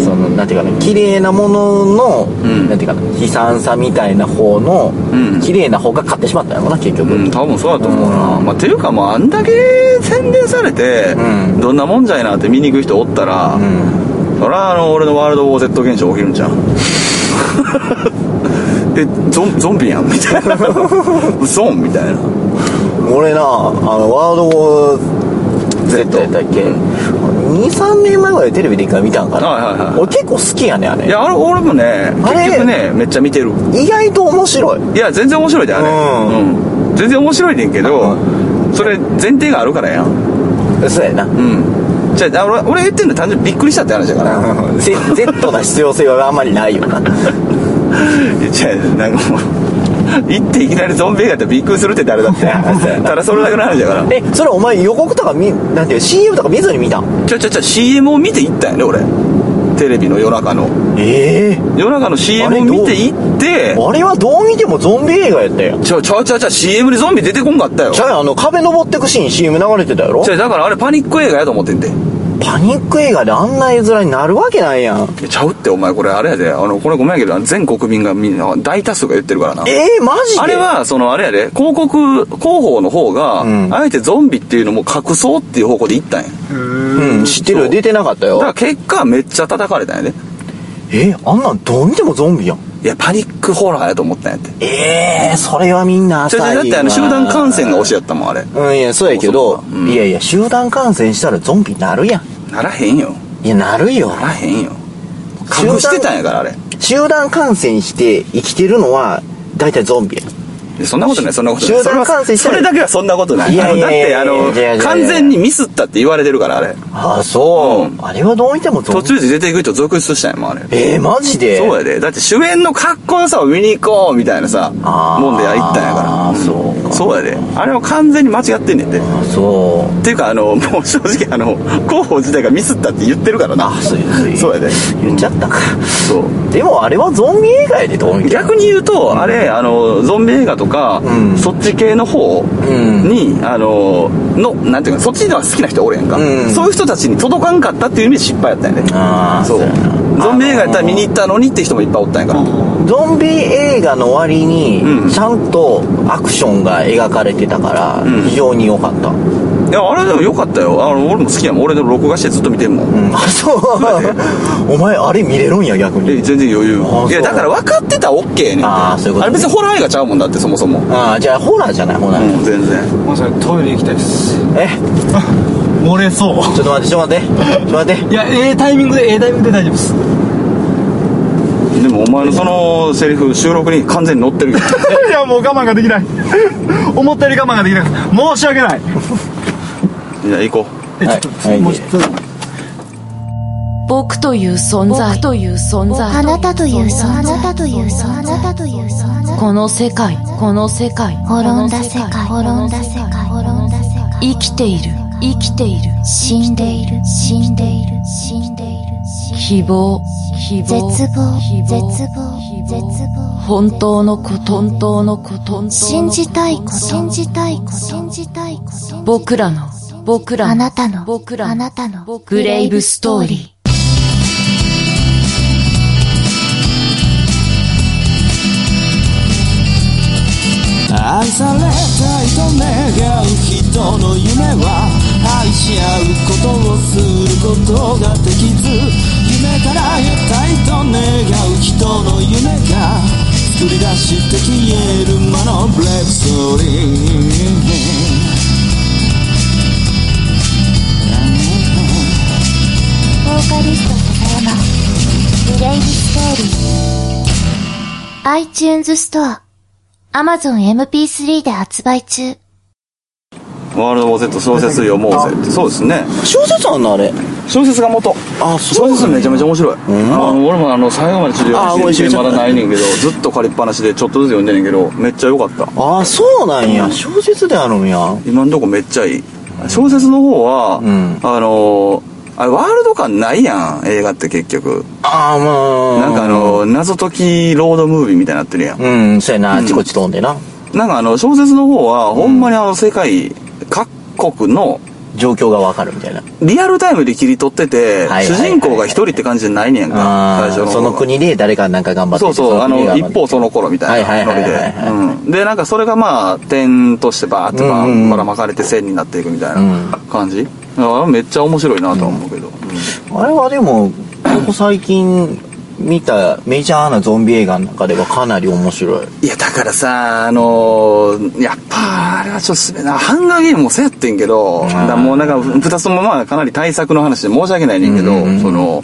[SPEAKER 2] そのなんていうかな綺麗なものの、
[SPEAKER 1] ん
[SPEAKER 2] なんていうかな悲惨さみたいな方の、
[SPEAKER 1] うん
[SPEAKER 2] 綺麗な方が勝ってしまったのかな結局、
[SPEAKER 1] うん、多分そうだと思うな、まあ、ていうかもうあんだけ宣伝されて、
[SPEAKER 2] うん
[SPEAKER 1] どんなもんじゃいなって見に行く人おったら、そりゃあの俺のワールド・ウォー・ゼット現象起きるんじゃん えゾンゾンビやんみたい なゾンみたいな
[SPEAKER 2] 俺なあのワールドウォー Z やったっけ23年前ぐらいテレビで一回見たんかな、
[SPEAKER 1] はいはいはい
[SPEAKER 2] 俺結構好きやねあれ
[SPEAKER 1] いやあれ俺もね
[SPEAKER 2] あれ
[SPEAKER 1] 結局ねめっちゃ見てる
[SPEAKER 2] 意外と面白い
[SPEAKER 1] いや全然面白いであれ、
[SPEAKER 2] う
[SPEAKER 1] う
[SPEAKER 2] ん
[SPEAKER 1] ん全然面白いねんけどそれ前提があるからやん
[SPEAKER 2] そうやな
[SPEAKER 1] うんじゃあ俺俺言ってんの単純にびっくりしたって話だから
[SPEAKER 2] Z な必要性はあんまりないよな
[SPEAKER 1] じゃあなんかもう行っていきなりゾンビ映画ってびっくりするって誰だ ってただそれだけの話だから
[SPEAKER 2] えそれお前予告とか見なんていう CM とか見ずに見たん
[SPEAKER 1] ちょちょちょ CM を見て行ったんやね俺テレビの夜中の
[SPEAKER 2] ええ
[SPEAKER 1] 夜中の CM を見ていって
[SPEAKER 2] あれはどう見てもゾンビ映画やったやん。
[SPEAKER 1] ちょちょちょちょ CM にゾンビ出てこんかったよ
[SPEAKER 2] じゃあ、あの、壁登ってくシーン CM 流れてたやろ
[SPEAKER 1] ちょだからあれパニック映画やと思ってんて
[SPEAKER 2] パニック映画であんな絵面になるわけないやん。
[SPEAKER 1] いやちゃうってお前これあれやであのこれごめんやけど全国民がみんな大多数が言ってるからな
[SPEAKER 2] ええマジで
[SPEAKER 1] あれはそのあれやで広告広報の方が、
[SPEAKER 2] うん
[SPEAKER 1] あえてゾンビっていうのも隠そうっていう方向で行ったんや
[SPEAKER 4] う
[SPEAKER 2] うん、
[SPEAKER 4] ん。
[SPEAKER 2] 知ってる
[SPEAKER 1] そ
[SPEAKER 2] よ。
[SPEAKER 1] う
[SPEAKER 2] 出てなかった
[SPEAKER 1] だから
[SPEAKER 2] よ。
[SPEAKER 1] 結果めっちゃ叩かれたんやで
[SPEAKER 2] えあんなんどう見てもゾンビやん。
[SPEAKER 1] いやパニックホラーやと思ったんやって
[SPEAKER 2] ええそれはみんな
[SPEAKER 1] ちょ
[SPEAKER 2] 浅い
[SPEAKER 1] ち
[SPEAKER 2] わ
[SPEAKER 1] ょだってあの集団感染が推しやったもんあれ
[SPEAKER 2] うん、いや、そうやけど、
[SPEAKER 1] そうかうん
[SPEAKER 2] いやいや、集団感染したらゾンビなるやん。
[SPEAKER 1] ならへんよ
[SPEAKER 2] いや、なるよ
[SPEAKER 1] な。らへんよ隠してたんやからあれ
[SPEAKER 2] 集団感染して生きてるのは、大体ゾンビや。
[SPEAKER 1] いやそんなことないそんなことない
[SPEAKER 2] 集団感染して
[SPEAKER 1] それ
[SPEAKER 2] ない
[SPEAKER 1] はそれだけはそんなことない
[SPEAKER 2] いやいやいや
[SPEAKER 1] あ
[SPEAKER 2] い
[SPEAKER 1] のだっ
[SPEAKER 2] やいやい
[SPEAKER 1] てあ
[SPEAKER 2] や
[SPEAKER 1] の完全にミスったって言われてるからあれ
[SPEAKER 2] ああ、そう、
[SPEAKER 1] うん
[SPEAKER 2] あれはどう見てもゾンビ。
[SPEAKER 1] 途中で出ていく人続出したんやもんあれ
[SPEAKER 2] ええマジで
[SPEAKER 1] そうやで。だって主演のかっこよさを見に行こうみたいなさ、
[SPEAKER 2] あー
[SPEAKER 1] もんでやりったんやから。
[SPEAKER 2] あーそうか
[SPEAKER 1] そうやで。あれは完全に間違ってんねんて。っ
[SPEAKER 2] あそう。
[SPEAKER 1] ていうか、あの、もう正直、あの、広報自体がミスったって言ってるからな。
[SPEAKER 2] あ、そういう。
[SPEAKER 1] そうやで。
[SPEAKER 2] 言っちゃったか。
[SPEAKER 1] そう。
[SPEAKER 2] でもあれはゾンビ映画やで、どう見ても。
[SPEAKER 1] 逆に言うと、あれ、あの、ゾンビ映画とか、
[SPEAKER 2] うん
[SPEAKER 1] そっち系の方
[SPEAKER 2] ん
[SPEAKER 1] に、あの、の、なんていうか、そっちのは好きな人おるやんか、
[SPEAKER 2] うん
[SPEAKER 1] そういう人たちに届かんかったっていう意味で失敗やったんやね。
[SPEAKER 2] あー
[SPEAKER 1] そう
[SPEAKER 2] そうやな。
[SPEAKER 1] ゾンビ映画やったら見に行ったのにって人もいっぱいおったんやから。
[SPEAKER 2] ゾンビ映画の割に
[SPEAKER 1] うん、
[SPEAKER 2] ちゃんとアクションが描かれてたから
[SPEAKER 1] ん、
[SPEAKER 2] 非常に良かった。うん、
[SPEAKER 1] いや、あれでもよかったよ。あの、俺も好きやもん。俺でも録画してずっと見てんもん。
[SPEAKER 2] あ、 そう。お前、あれ見れるんや、逆
[SPEAKER 1] え、
[SPEAKER 2] に。
[SPEAKER 1] 全然余裕。
[SPEAKER 2] ああ
[SPEAKER 1] いや、
[SPEAKER 2] そう
[SPEAKER 1] だから分かってたら OK やねん。
[SPEAKER 2] ああそういうことね
[SPEAKER 1] れ別にホラー映画ちゃうもんだって、そもそも。
[SPEAKER 2] ああ、じゃあ、ホラーじゃない、ホラ
[SPEAKER 1] う
[SPEAKER 2] ー。
[SPEAKER 1] ん、全然。
[SPEAKER 4] もうそれトイレ行きたいです。
[SPEAKER 2] え、
[SPEAKER 4] 漏れそ
[SPEAKER 2] ちょっと待って、ちょっと待って。ちょっと待って。
[SPEAKER 4] う。いや、ええタイミングで、ええタイミングで大丈夫です。
[SPEAKER 1] でもお前のそのセリフ、収録に完全に載ってる けど。
[SPEAKER 4] いや、もう我慢ができない。 思ったより我慢ができなくて、申し訳ない。
[SPEAKER 1] じゃあ行こ
[SPEAKER 4] え、ちょ
[SPEAKER 2] はい
[SPEAKER 4] っと、
[SPEAKER 2] はい
[SPEAKER 4] もうちょっと、
[SPEAKER 5] 僕という存在僕という存在
[SPEAKER 6] あなたという存在あなたという存在あなたという存在
[SPEAKER 5] この世界この世界
[SPEAKER 6] 滅んだ世界滅んだ世界滅んだ世界
[SPEAKER 5] 生きている生きている
[SPEAKER 6] 死んでいる死んでいる死んでいる
[SPEAKER 5] 希望希
[SPEAKER 6] 絶
[SPEAKER 5] 望
[SPEAKER 6] 望絶
[SPEAKER 5] 希望
[SPEAKER 6] 望絶望
[SPEAKER 5] 本当のこと本当のこと本当のこと
[SPEAKER 6] 信じたいこと信じたいこと信じたいこと
[SPEAKER 5] 僕らの僕らの
[SPEAKER 6] あなたの
[SPEAKER 5] 僕らの
[SPEAKER 6] あなたの
[SPEAKER 5] グレイブストーリー
[SPEAKER 7] 愛されたいと願う人の夢は愛し合うことをすることができず夢から得たいと願う人の夢が作り出して消える魔のブレイブストーリ
[SPEAKER 6] ボーカリスト高山グレイブストーリー iTunes ストア Amazon MP3 で発売中
[SPEAKER 1] う。ワールド・ウォー・ゼット小説読もうぜって。そうですね。
[SPEAKER 2] 小説あんの、あれ。
[SPEAKER 1] 小説が元。
[SPEAKER 2] あ、
[SPEAKER 1] 小説めちゃめちゃ面白い。
[SPEAKER 2] ん
[SPEAKER 1] あの俺もあの、最後までちょっと読ませて
[SPEAKER 2] あー
[SPEAKER 1] ま
[SPEAKER 2] もう一緒に
[SPEAKER 1] だないねんけど、ずっと借りっぱなしでちょっとずつ読んでんねんけど、めっちゃ良かった。
[SPEAKER 2] あ、そうなんや。小説であるんや。
[SPEAKER 1] 今んとこめっちゃいい小説の方は、
[SPEAKER 2] ん
[SPEAKER 1] あのーあれワールド感ないやん映画って結局
[SPEAKER 2] ああ、ま
[SPEAKER 1] な
[SPEAKER 2] あ。
[SPEAKER 1] んかあ、の謎解きロードムービーみたいになってるやん
[SPEAKER 2] うん、そうやな。
[SPEAKER 1] う
[SPEAKER 2] あ
[SPEAKER 1] ん
[SPEAKER 2] ちこち飛んでな。
[SPEAKER 1] なんかあの小説の方は、ほんまにあの世界各国の
[SPEAKER 2] 状況がわかるみたいな。
[SPEAKER 1] リアルタイムで切り取ってて、
[SPEAKER 2] はいはいはい
[SPEAKER 1] 主人公が一人って感じじゃないねやんか最
[SPEAKER 2] あ
[SPEAKER 1] 初
[SPEAKER 2] あ、
[SPEAKER 1] の
[SPEAKER 2] その国で誰かなんか頑張って
[SPEAKER 1] そう
[SPEAKER 2] て
[SPEAKER 1] そうあ
[SPEAKER 2] 国
[SPEAKER 1] の
[SPEAKER 2] が
[SPEAKER 1] 一方その頃みたいなノリ
[SPEAKER 2] はいはいはいはい
[SPEAKER 1] で
[SPEAKER 2] はい
[SPEAKER 1] うんでなんかそれがまあ点としてバーってば
[SPEAKER 2] うんうんうん
[SPEAKER 1] ばらまかれて線になっていくみたい
[SPEAKER 2] うん
[SPEAKER 1] な感じ、だからめっちゃ面白いなとは思うけど、うん
[SPEAKER 2] あれはでも、ここ最近見たメジャーなゾンビ映画の中ではかなり面白い。
[SPEAKER 1] いや、だからさ、あのーやっぱ、あれはちょっとすべな、ハンガーゲームもそうやってんけど、だからもうなんか、二つともまあ、かなり対策の話で申し訳ないねんけど、
[SPEAKER 2] うんうんうん
[SPEAKER 1] その、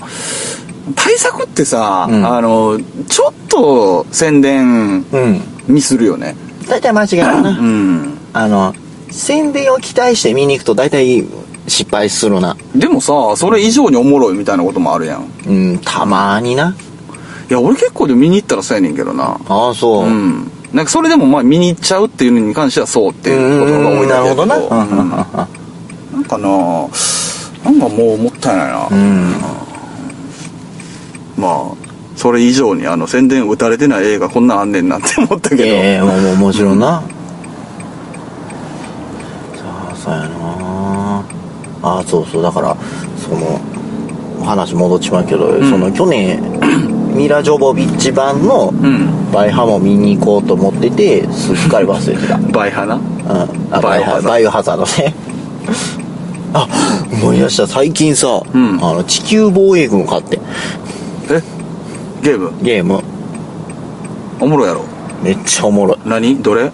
[SPEAKER 1] 対策ってさ、
[SPEAKER 2] うん
[SPEAKER 1] あの、ちょっと宣伝
[SPEAKER 2] うん。
[SPEAKER 1] ミスるよね。
[SPEAKER 2] 大体間違いないうな。
[SPEAKER 1] ん。
[SPEAKER 2] あの、宣伝を期待して見に行くと大体失敗するな。
[SPEAKER 1] でもさ、それ以上におもろいみたいなこともあるやん。
[SPEAKER 2] うん、たまーにな。
[SPEAKER 1] いや、俺結構で見に行ったらそうやねんけどな。
[SPEAKER 2] ああ、そう。
[SPEAKER 1] うん。なんかそれでもまあ見に行っちゃうっていうのに関してはそうっていうことが多いだけだけ
[SPEAKER 2] うんなるほどな
[SPEAKER 1] うんなんかななんかもうもったいないな。
[SPEAKER 2] うん。
[SPEAKER 1] まあそれ以上にあの宣伝打たれてない映画こんなんあんねんなって思ったけど、
[SPEAKER 2] ええもうもうもちろんな、さあそうやなああそうそうだからその話戻っちまうけど、その去年 ミラ・ジョボビッチ版の
[SPEAKER 1] うん
[SPEAKER 2] バイハも見に行こうと思っててすっかり忘れてた、うん、
[SPEAKER 1] バイハな
[SPEAKER 2] あ
[SPEAKER 1] バイオハザード
[SPEAKER 2] バイオハザードね あ思い出した最近さ、
[SPEAKER 1] ん
[SPEAKER 2] あの地球防衛軍を買って
[SPEAKER 1] えゲーム
[SPEAKER 2] ゲーム
[SPEAKER 1] おもろいやろ
[SPEAKER 2] めっちゃおもろい
[SPEAKER 1] 何どれ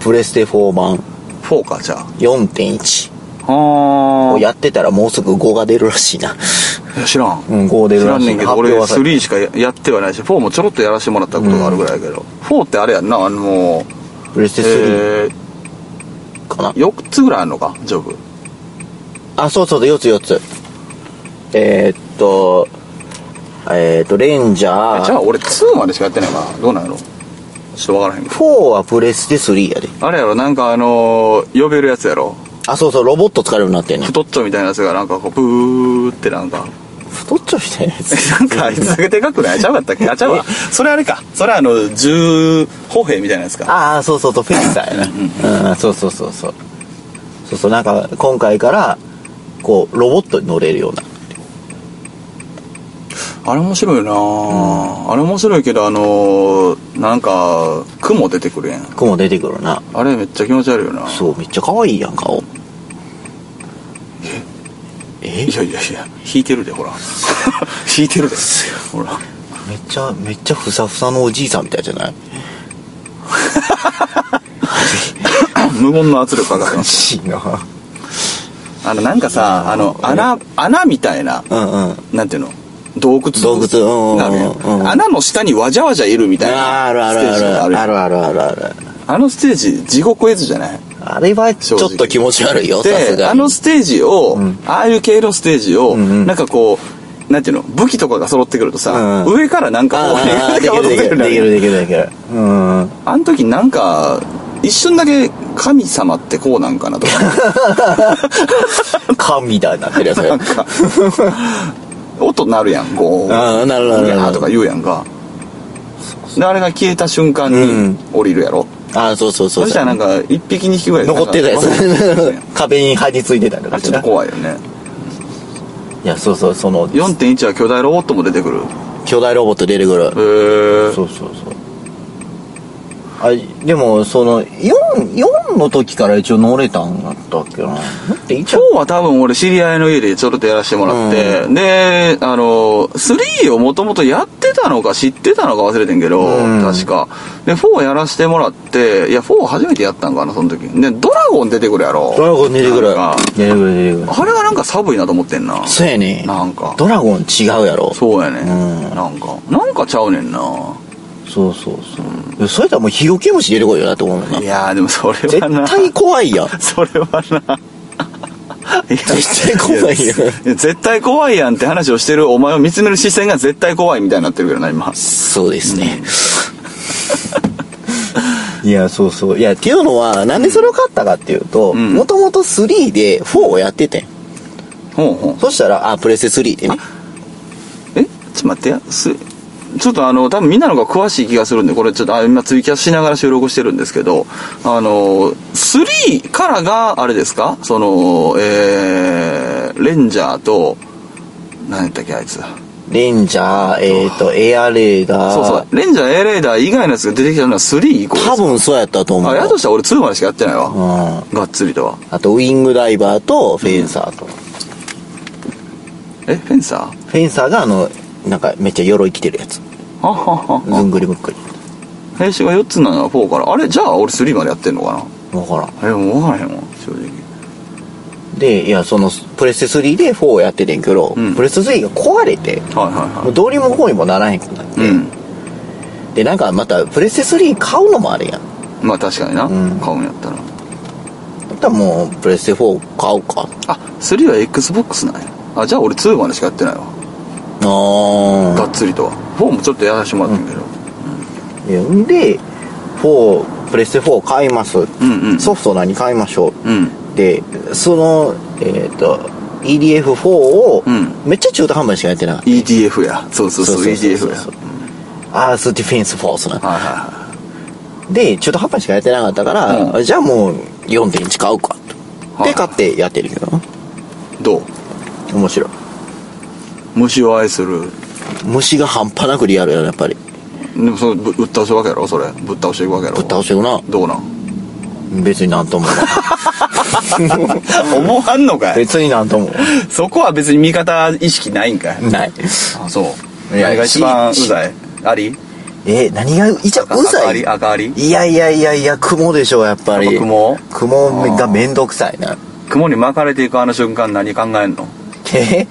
[SPEAKER 2] プレステ4版
[SPEAKER 1] フォーかじゃあ
[SPEAKER 2] 4.1
[SPEAKER 1] あ
[SPEAKER 2] をやってたらもうすぐ5が出るらしいな。
[SPEAKER 1] あ知らん、
[SPEAKER 2] うん、5出
[SPEAKER 1] 知
[SPEAKER 2] る
[SPEAKER 1] ら
[SPEAKER 2] ら
[SPEAKER 1] ん
[SPEAKER 2] し
[SPEAKER 1] ね
[SPEAKER 2] い
[SPEAKER 1] ん
[SPEAKER 2] な。
[SPEAKER 1] けど
[SPEAKER 2] 発
[SPEAKER 1] 俺
[SPEAKER 2] 表はさ
[SPEAKER 1] 3しかややってはないし4もちょろっとやらせてもらったことがあるぐらいやけど、4ってあれやんなあの
[SPEAKER 2] プレステ3
[SPEAKER 1] えー、
[SPEAKER 2] かな。
[SPEAKER 1] 4つぐらいあるのかジョブ
[SPEAKER 2] あ、そうそう、4つ4つ。えーっと、えーっと、レンジャ
[SPEAKER 1] じゃ
[SPEAKER 2] ー、
[SPEAKER 1] あ俺2までしかやってないからどうなんやろちょっとわからへんけど
[SPEAKER 2] 4はプレステ3やで。
[SPEAKER 1] あれやろなんかあのー呼べるやつやろ
[SPEAKER 2] あ、そうそう、ロボット使えるようになってんねん。
[SPEAKER 1] 太っちょみたいなやつがなんかこうブーってなんか
[SPEAKER 2] 太っちょみたいなやつ。
[SPEAKER 1] なんかあいつだけでかくないちゃうかったっけあちゃうわそれあれかそれあの銃歩兵みたいなやつか
[SPEAKER 2] ああ、そうそうそう、フェイサーやな。うん、そうそうそうそう。そうそう、なんか、今回から、こう、ロボットに乗れるような。
[SPEAKER 1] あれ面白いなあ、あれ面白いけどあのーなんか雲出てくるやん
[SPEAKER 2] 雲出てくるな。
[SPEAKER 1] あれめっちゃ気持ち悪いよな
[SPEAKER 2] そう、めっちゃ可愛いやん、顔。え
[SPEAKER 1] いやいやいや引いてるでほら 引いてるでほら
[SPEAKER 2] めっちゃめっちゃふさふさのおじいさんみたいじゃない
[SPEAKER 1] 無言の圧力かかってます
[SPEAKER 2] しいな
[SPEAKER 1] あのなんかさあの穴穴みたいな
[SPEAKER 2] うんうん
[SPEAKER 1] なんていうの洞窟
[SPEAKER 2] 洞窟うんうんうん
[SPEAKER 1] があるやん
[SPEAKER 2] うん
[SPEAKER 1] 穴の下にわじゃわじゃいるみたいな
[SPEAKER 2] あるある
[SPEAKER 1] ステージが
[SPEAKER 2] ある
[SPEAKER 1] や
[SPEAKER 2] あ
[SPEAKER 1] ん
[SPEAKER 2] るあるあるある
[SPEAKER 1] あのステージ地獄絵図じゃない
[SPEAKER 2] あれはちょっと気持ち悪いよさす
[SPEAKER 1] で
[SPEAKER 2] が
[SPEAKER 1] あ
[SPEAKER 2] に
[SPEAKER 1] のステージを、ああいう系のステージを、
[SPEAKER 2] んうん
[SPEAKER 1] なんかこうなんていうの武器とかが揃ってくるとさ、
[SPEAKER 2] うんうん
[SPEAKER 1] 上から なんかこう
[SPEAKER 2] あーあーできるできるできるできるできるうん うん
[SPEAKER 1] あの時なんか一瞬だけ神様ってこうなんかな とか
[SPEAKER 2] 神みたいになってるやつ
[SPEAKER 1] なんか音鳴るやんこう
[SPEAKER 2] ああなるほ
[SPEAKER 1] う
[SPEAKER 2] どな
[SPEAKER 1] や
[SPEAKER 2] る
[SPEAKER 1] ー
[SPEAKER 2] ほ
[SPEAKER 1] と
[SPEAKER 2] ど
[SPEAKER 1] か言うやんかであれが消えた瞬間
[SPEAKER 2] うん
[SPEAKER 1] に降りるやろ、
[SPEAKER 2] ああそうそうそ
[SPEAKER 1] そうしたらなんか一匹二匹ぐらい
[SPEAKER 2] 残ってたやつ
[SPEAKER 1] なんか
[SPEAKER 2] 壁に張り付いてたりと
[SPEAKER 1] あ
[SPEAKER 2] か
[SPEAKER 1] れ
[SPEAKER 2] して
[SPEAKER 1] ちょっ
[SPEAKER 2] な
[SPEAKER 1] と怖いよね
[SPEAKER 2] いやそうそうその
[SPEAKER 1] 4.1は巨大ロボットも出てくる
[SPEAKER 2] 巨大ロボット出てくる
[SPEAKER 1] へえ
[SPEAKER 2] そうそうそうあでもその 4, 4の時から一応乗れたんだったっけなって一
[SPEAKER 1] 今
[SPEAKER 2] 応
[SPEAKER 1] 日は多分俺知り合いの家でちょろっとやらせてもらって、で、あの、3をもともとやってたのか知ってたのか忘れてんけど、
[SPEAKER 2] うん
[SPEAKER 1] 確か。で、4やらせてもらって、いや、4初めてやったんかな、その時。で、ドラゴン出てくるやろ。
[SPEAKER 2] ドラゴン出てくる
[SPEAKER 1] なんか
[SPEAKER 2] 出てくる出てくる
[SPEAKER 1] あれがなんか寒いなと思ってんな。
[SPEAKER 2] そうやね
[SPEAKER 1] なんか
[SPEAKER 2] ドラゴン違うやろ
[SPEAKER 1] そうやね、
[SPEAKER 2] うん
[SPEAKER 1] なんか、なんかちゃうねんな。
[SPEAKER 2] そうそうそうそれとはもうヒロケムシ出てこいよなと思うもんない
[SPEAKER 1] やー、でもそれ
[SPEAKER 2] 絶
[SPEAKER 1] はな。
[SPEAKER 2] 対怖い やん
[SPEAKER 1] それはな。いや
[SPEAKER 2] 絶対怖いよ
[SPEAKER 1] やや絶対怖いやんって話をしてるお前を見つめる視線が絶対怖いみたいになってるけどな、今。
[SPEAKER 2] そうですね いやそうそういやっていうのはなんでそれを買ったかっていうと
[SPEAKER 1] ん
[SPEAKER 2] もともと3で4をやっててん
[SPEAKER 1] ほうほう。
[SPEAKER 2] そしたらあプレステ3でね
[SPEAKER 1] えちょっと待ってや。すちょっとあの、多分みんなの方が詳しい気がするんで、これちょっとあ今ツイキャスしながら収録してるんですけど、あの、3からが、あれですかその、えー、レンジャーと、何やったっけ、あいつ。
[SPEAKER 2] レンジャー、えっ、ー、と、エアレーダー。
[SPEAKER 1] そうそう。レンジャー、エアレーダー以外のやつが出てきたのは3以降です
[SPEAKER 2] 多分そうやったと思う。
[SPEAKER 1] あ、やとしたら俺2までしかやってないわ。
[SPEAKER 2] うん。
[SPEAKER 1] がっつりとは。
[SPEAKER 2] あと、ウィングダイバーとフェンサーと。
[SPEAKER 1] え、フェンサー
[SPEAKER 2] フェンサーがあの、なんかめっちゃ鎧着てるやつ。
[SPEAKER 1] あはは
[SPEAKER 2] ずんぐりむっくり。
[SPEAKER 1] 編集が4つなのは4から。あれじゃあ俺3までやってんのかな
[SPEAKER 2] わからん。
[SPEAKER 1] あれもう分からへんわ、正直。
[SPEAKER 2] で、いや、その、プレステ3で4をやっててんけど、
[SPEAKER 1] うん
[SPEAKER 2] プレステ3が壊れて、
[SPEAKER 1] はいはい
[SPEAKER 2] も
[SPEAKER 1] は
[SPEAKER 2] うどうにもこうにもならへんくなって。
[SPEAKER 1] い。うん。
[SPEAKER 2] で、なんかまた、プレステ3買うのもあれやん。
[SPEAKER 1] まあ確かにな。
[SPEAKER 2] ん
[SPEAKER 1] 買うんやったら。
[SPEAKER 2] だったらもう、プレステ4買おうか。
[SPEAKER 1] あ、3は XBOX なんや。あ、じゃあ俺2までしかやってないわ。
[SPEAKER 2] あ
[SPEAKER 1] がっつりとは。4もちょっとやらせてもらったんやけど。
[SPEAKER 2] でんで、4、プレステ4買います。
[SPEAKER 1] んうん
[SPEAKER 2] ソフト何買いましょう。
[SPEAKER 1] うん。
[SPEAKER 2] でそのえっ、と EDF4 を
[SPEAKER 1] うん
[SPEAKER 2] めっちゃ中途半端にしかやってなかった
[SPEAKER 1] EDF やそうそうそう EDF や
[SPEAKER 2] アースディフェンスフォースな
[SPEAKER 1] はいは
[SPEAKER 2] で中途半端にしかやってなかったから、
[SPEAKER 1] うん
[SPEAKER 2] じゃあもう4.1買うかと
[SPEAKER 1] は
[SPEAKER 2] で
[SPEAKER 1] い
[SPEAKER 2] 買ってやってるけどない
[SPEAKER 1] どう
[SPEAKER 2] 面白い
[SPEAKER 1] 虫を愛する
[SPEAKER 2] 虫が半端なくリアルやなやっぱり
[SPEAKER 1] でもそれぶぶっ倒してるわけやろそれぶっ倒していくわけやろ
[SPEAKER 2] ぶっ倒してるな
[SPEAKER 1] どうなん
[SPEAKER 2] 別になん とも思わん
[SPEAKER 1] 思わんのかい
[SPEAKER 2] 別になんとも
[SPEAKER 1] そこは別に味方意識ないんかい
[SPEAKER 2] ない
[SPEAKER 1] あそう
[SPEAKER 2] いや
[SPEAKER 1] 何が一番う
[SPEAKER 2] し
[SPEAKER 1] ざいあり
[SPEAKER 2] え何がいちゃう
[SPEAKER 1] 赤あ
[SPEAKER 2] ざい
[SPEAKER 1] り赤あり
[SPEAKER 2] いやいやいやいや雲でしょやっぱ
[SPEAKER 1] やっ
[SPEAKER 2] り
[SPEAKER 1] ぱ雲
[SPEAKER 2] 雲がめんどくさいな
[SPEAKER 1] 雲に巻かれていくあの瞬間何考えんの
[SPEAKER 2] え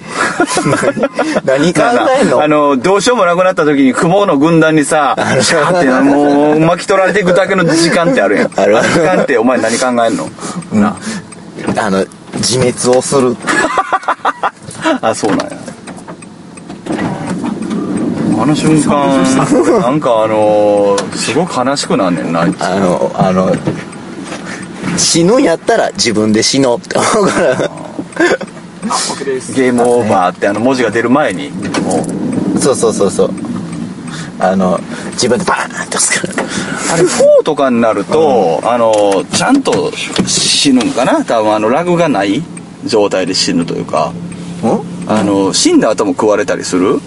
[SPEAKER 2] 何考え
[SPEAKER 1] なん
[SPEAKER 2] んの
[SPEAKER 1] かあのどうしようもなくなった時に雲の軍団にさシャーって もう巻き取られていくだけの時間ってあるやん
[SPEAKER 2] ある
[SPEAKER 1] 時間ってお前何考えんのな
[SPEAKER 2] あの自滅をする
[SPEAKER 1] あそうなんやあの瞬 間なんかあのーすごく悲しくなんねんな
[SPEAKER 2] あのあの死ぬんやったら自分で死のうって思う から
[SPEAKER 1] ゲームオーバーってあの文字が出る前にもう
[SPEAKER 2] そうそうそうそうあの自分でバーンって押すから
[SPEAKER 1] あれ4とかになると、あのちゃんと死ぬんかな多分あのラグがない状態で死ぬというか
[SPEAKER 2] ん
[SPEAKER 1] あの死んだ後も食われたりする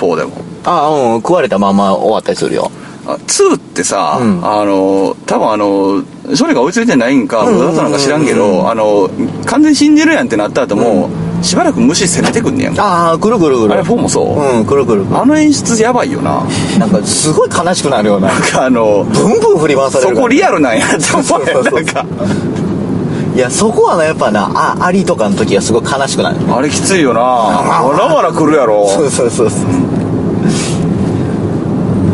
[SPEAKER 1] 4でも
[SPEAKER 2] あうん食われたまま終わったりするよ
[SPEAKER 1] あ2ってさ、
[SPEAKER 2] うん
[SPEAKER 1] あの多分あの処理が追いついてないんか無駄だったのか知らんけどあの完全に死んでるやんってなった後も、しばらく虫攻めてくんねやんか
[SPEAKER 2] ああくるくるくる
[SPEAKER 1] あれ4もそう、
[SPEAKER 2] うんくるくる
[SPEAKER 1] あの演出やばいよな
[SPEAKER 2] なんかすごい悲しくなるような
[SPEAKER 1] なんかあの
[SPEAKER 2] ブンブン振り回され
[SPEAKER 1] そ
[SPEAKER 2] る
[SPEAKER 1] こリ
[SPEAKER 2] ア
[SPEAKER 1] アルなんやって思うよ
[SPEAKER 2] そうそうそう
[SPEAKER 1] なんか
[SPEAKER 2] いやそこはなやっぱなあアリとかの時はすごい悲しくなる
[SPEAKER 1] あれきついよなわらわら来るやろ
[SPEAKER 2] そうそうそうそう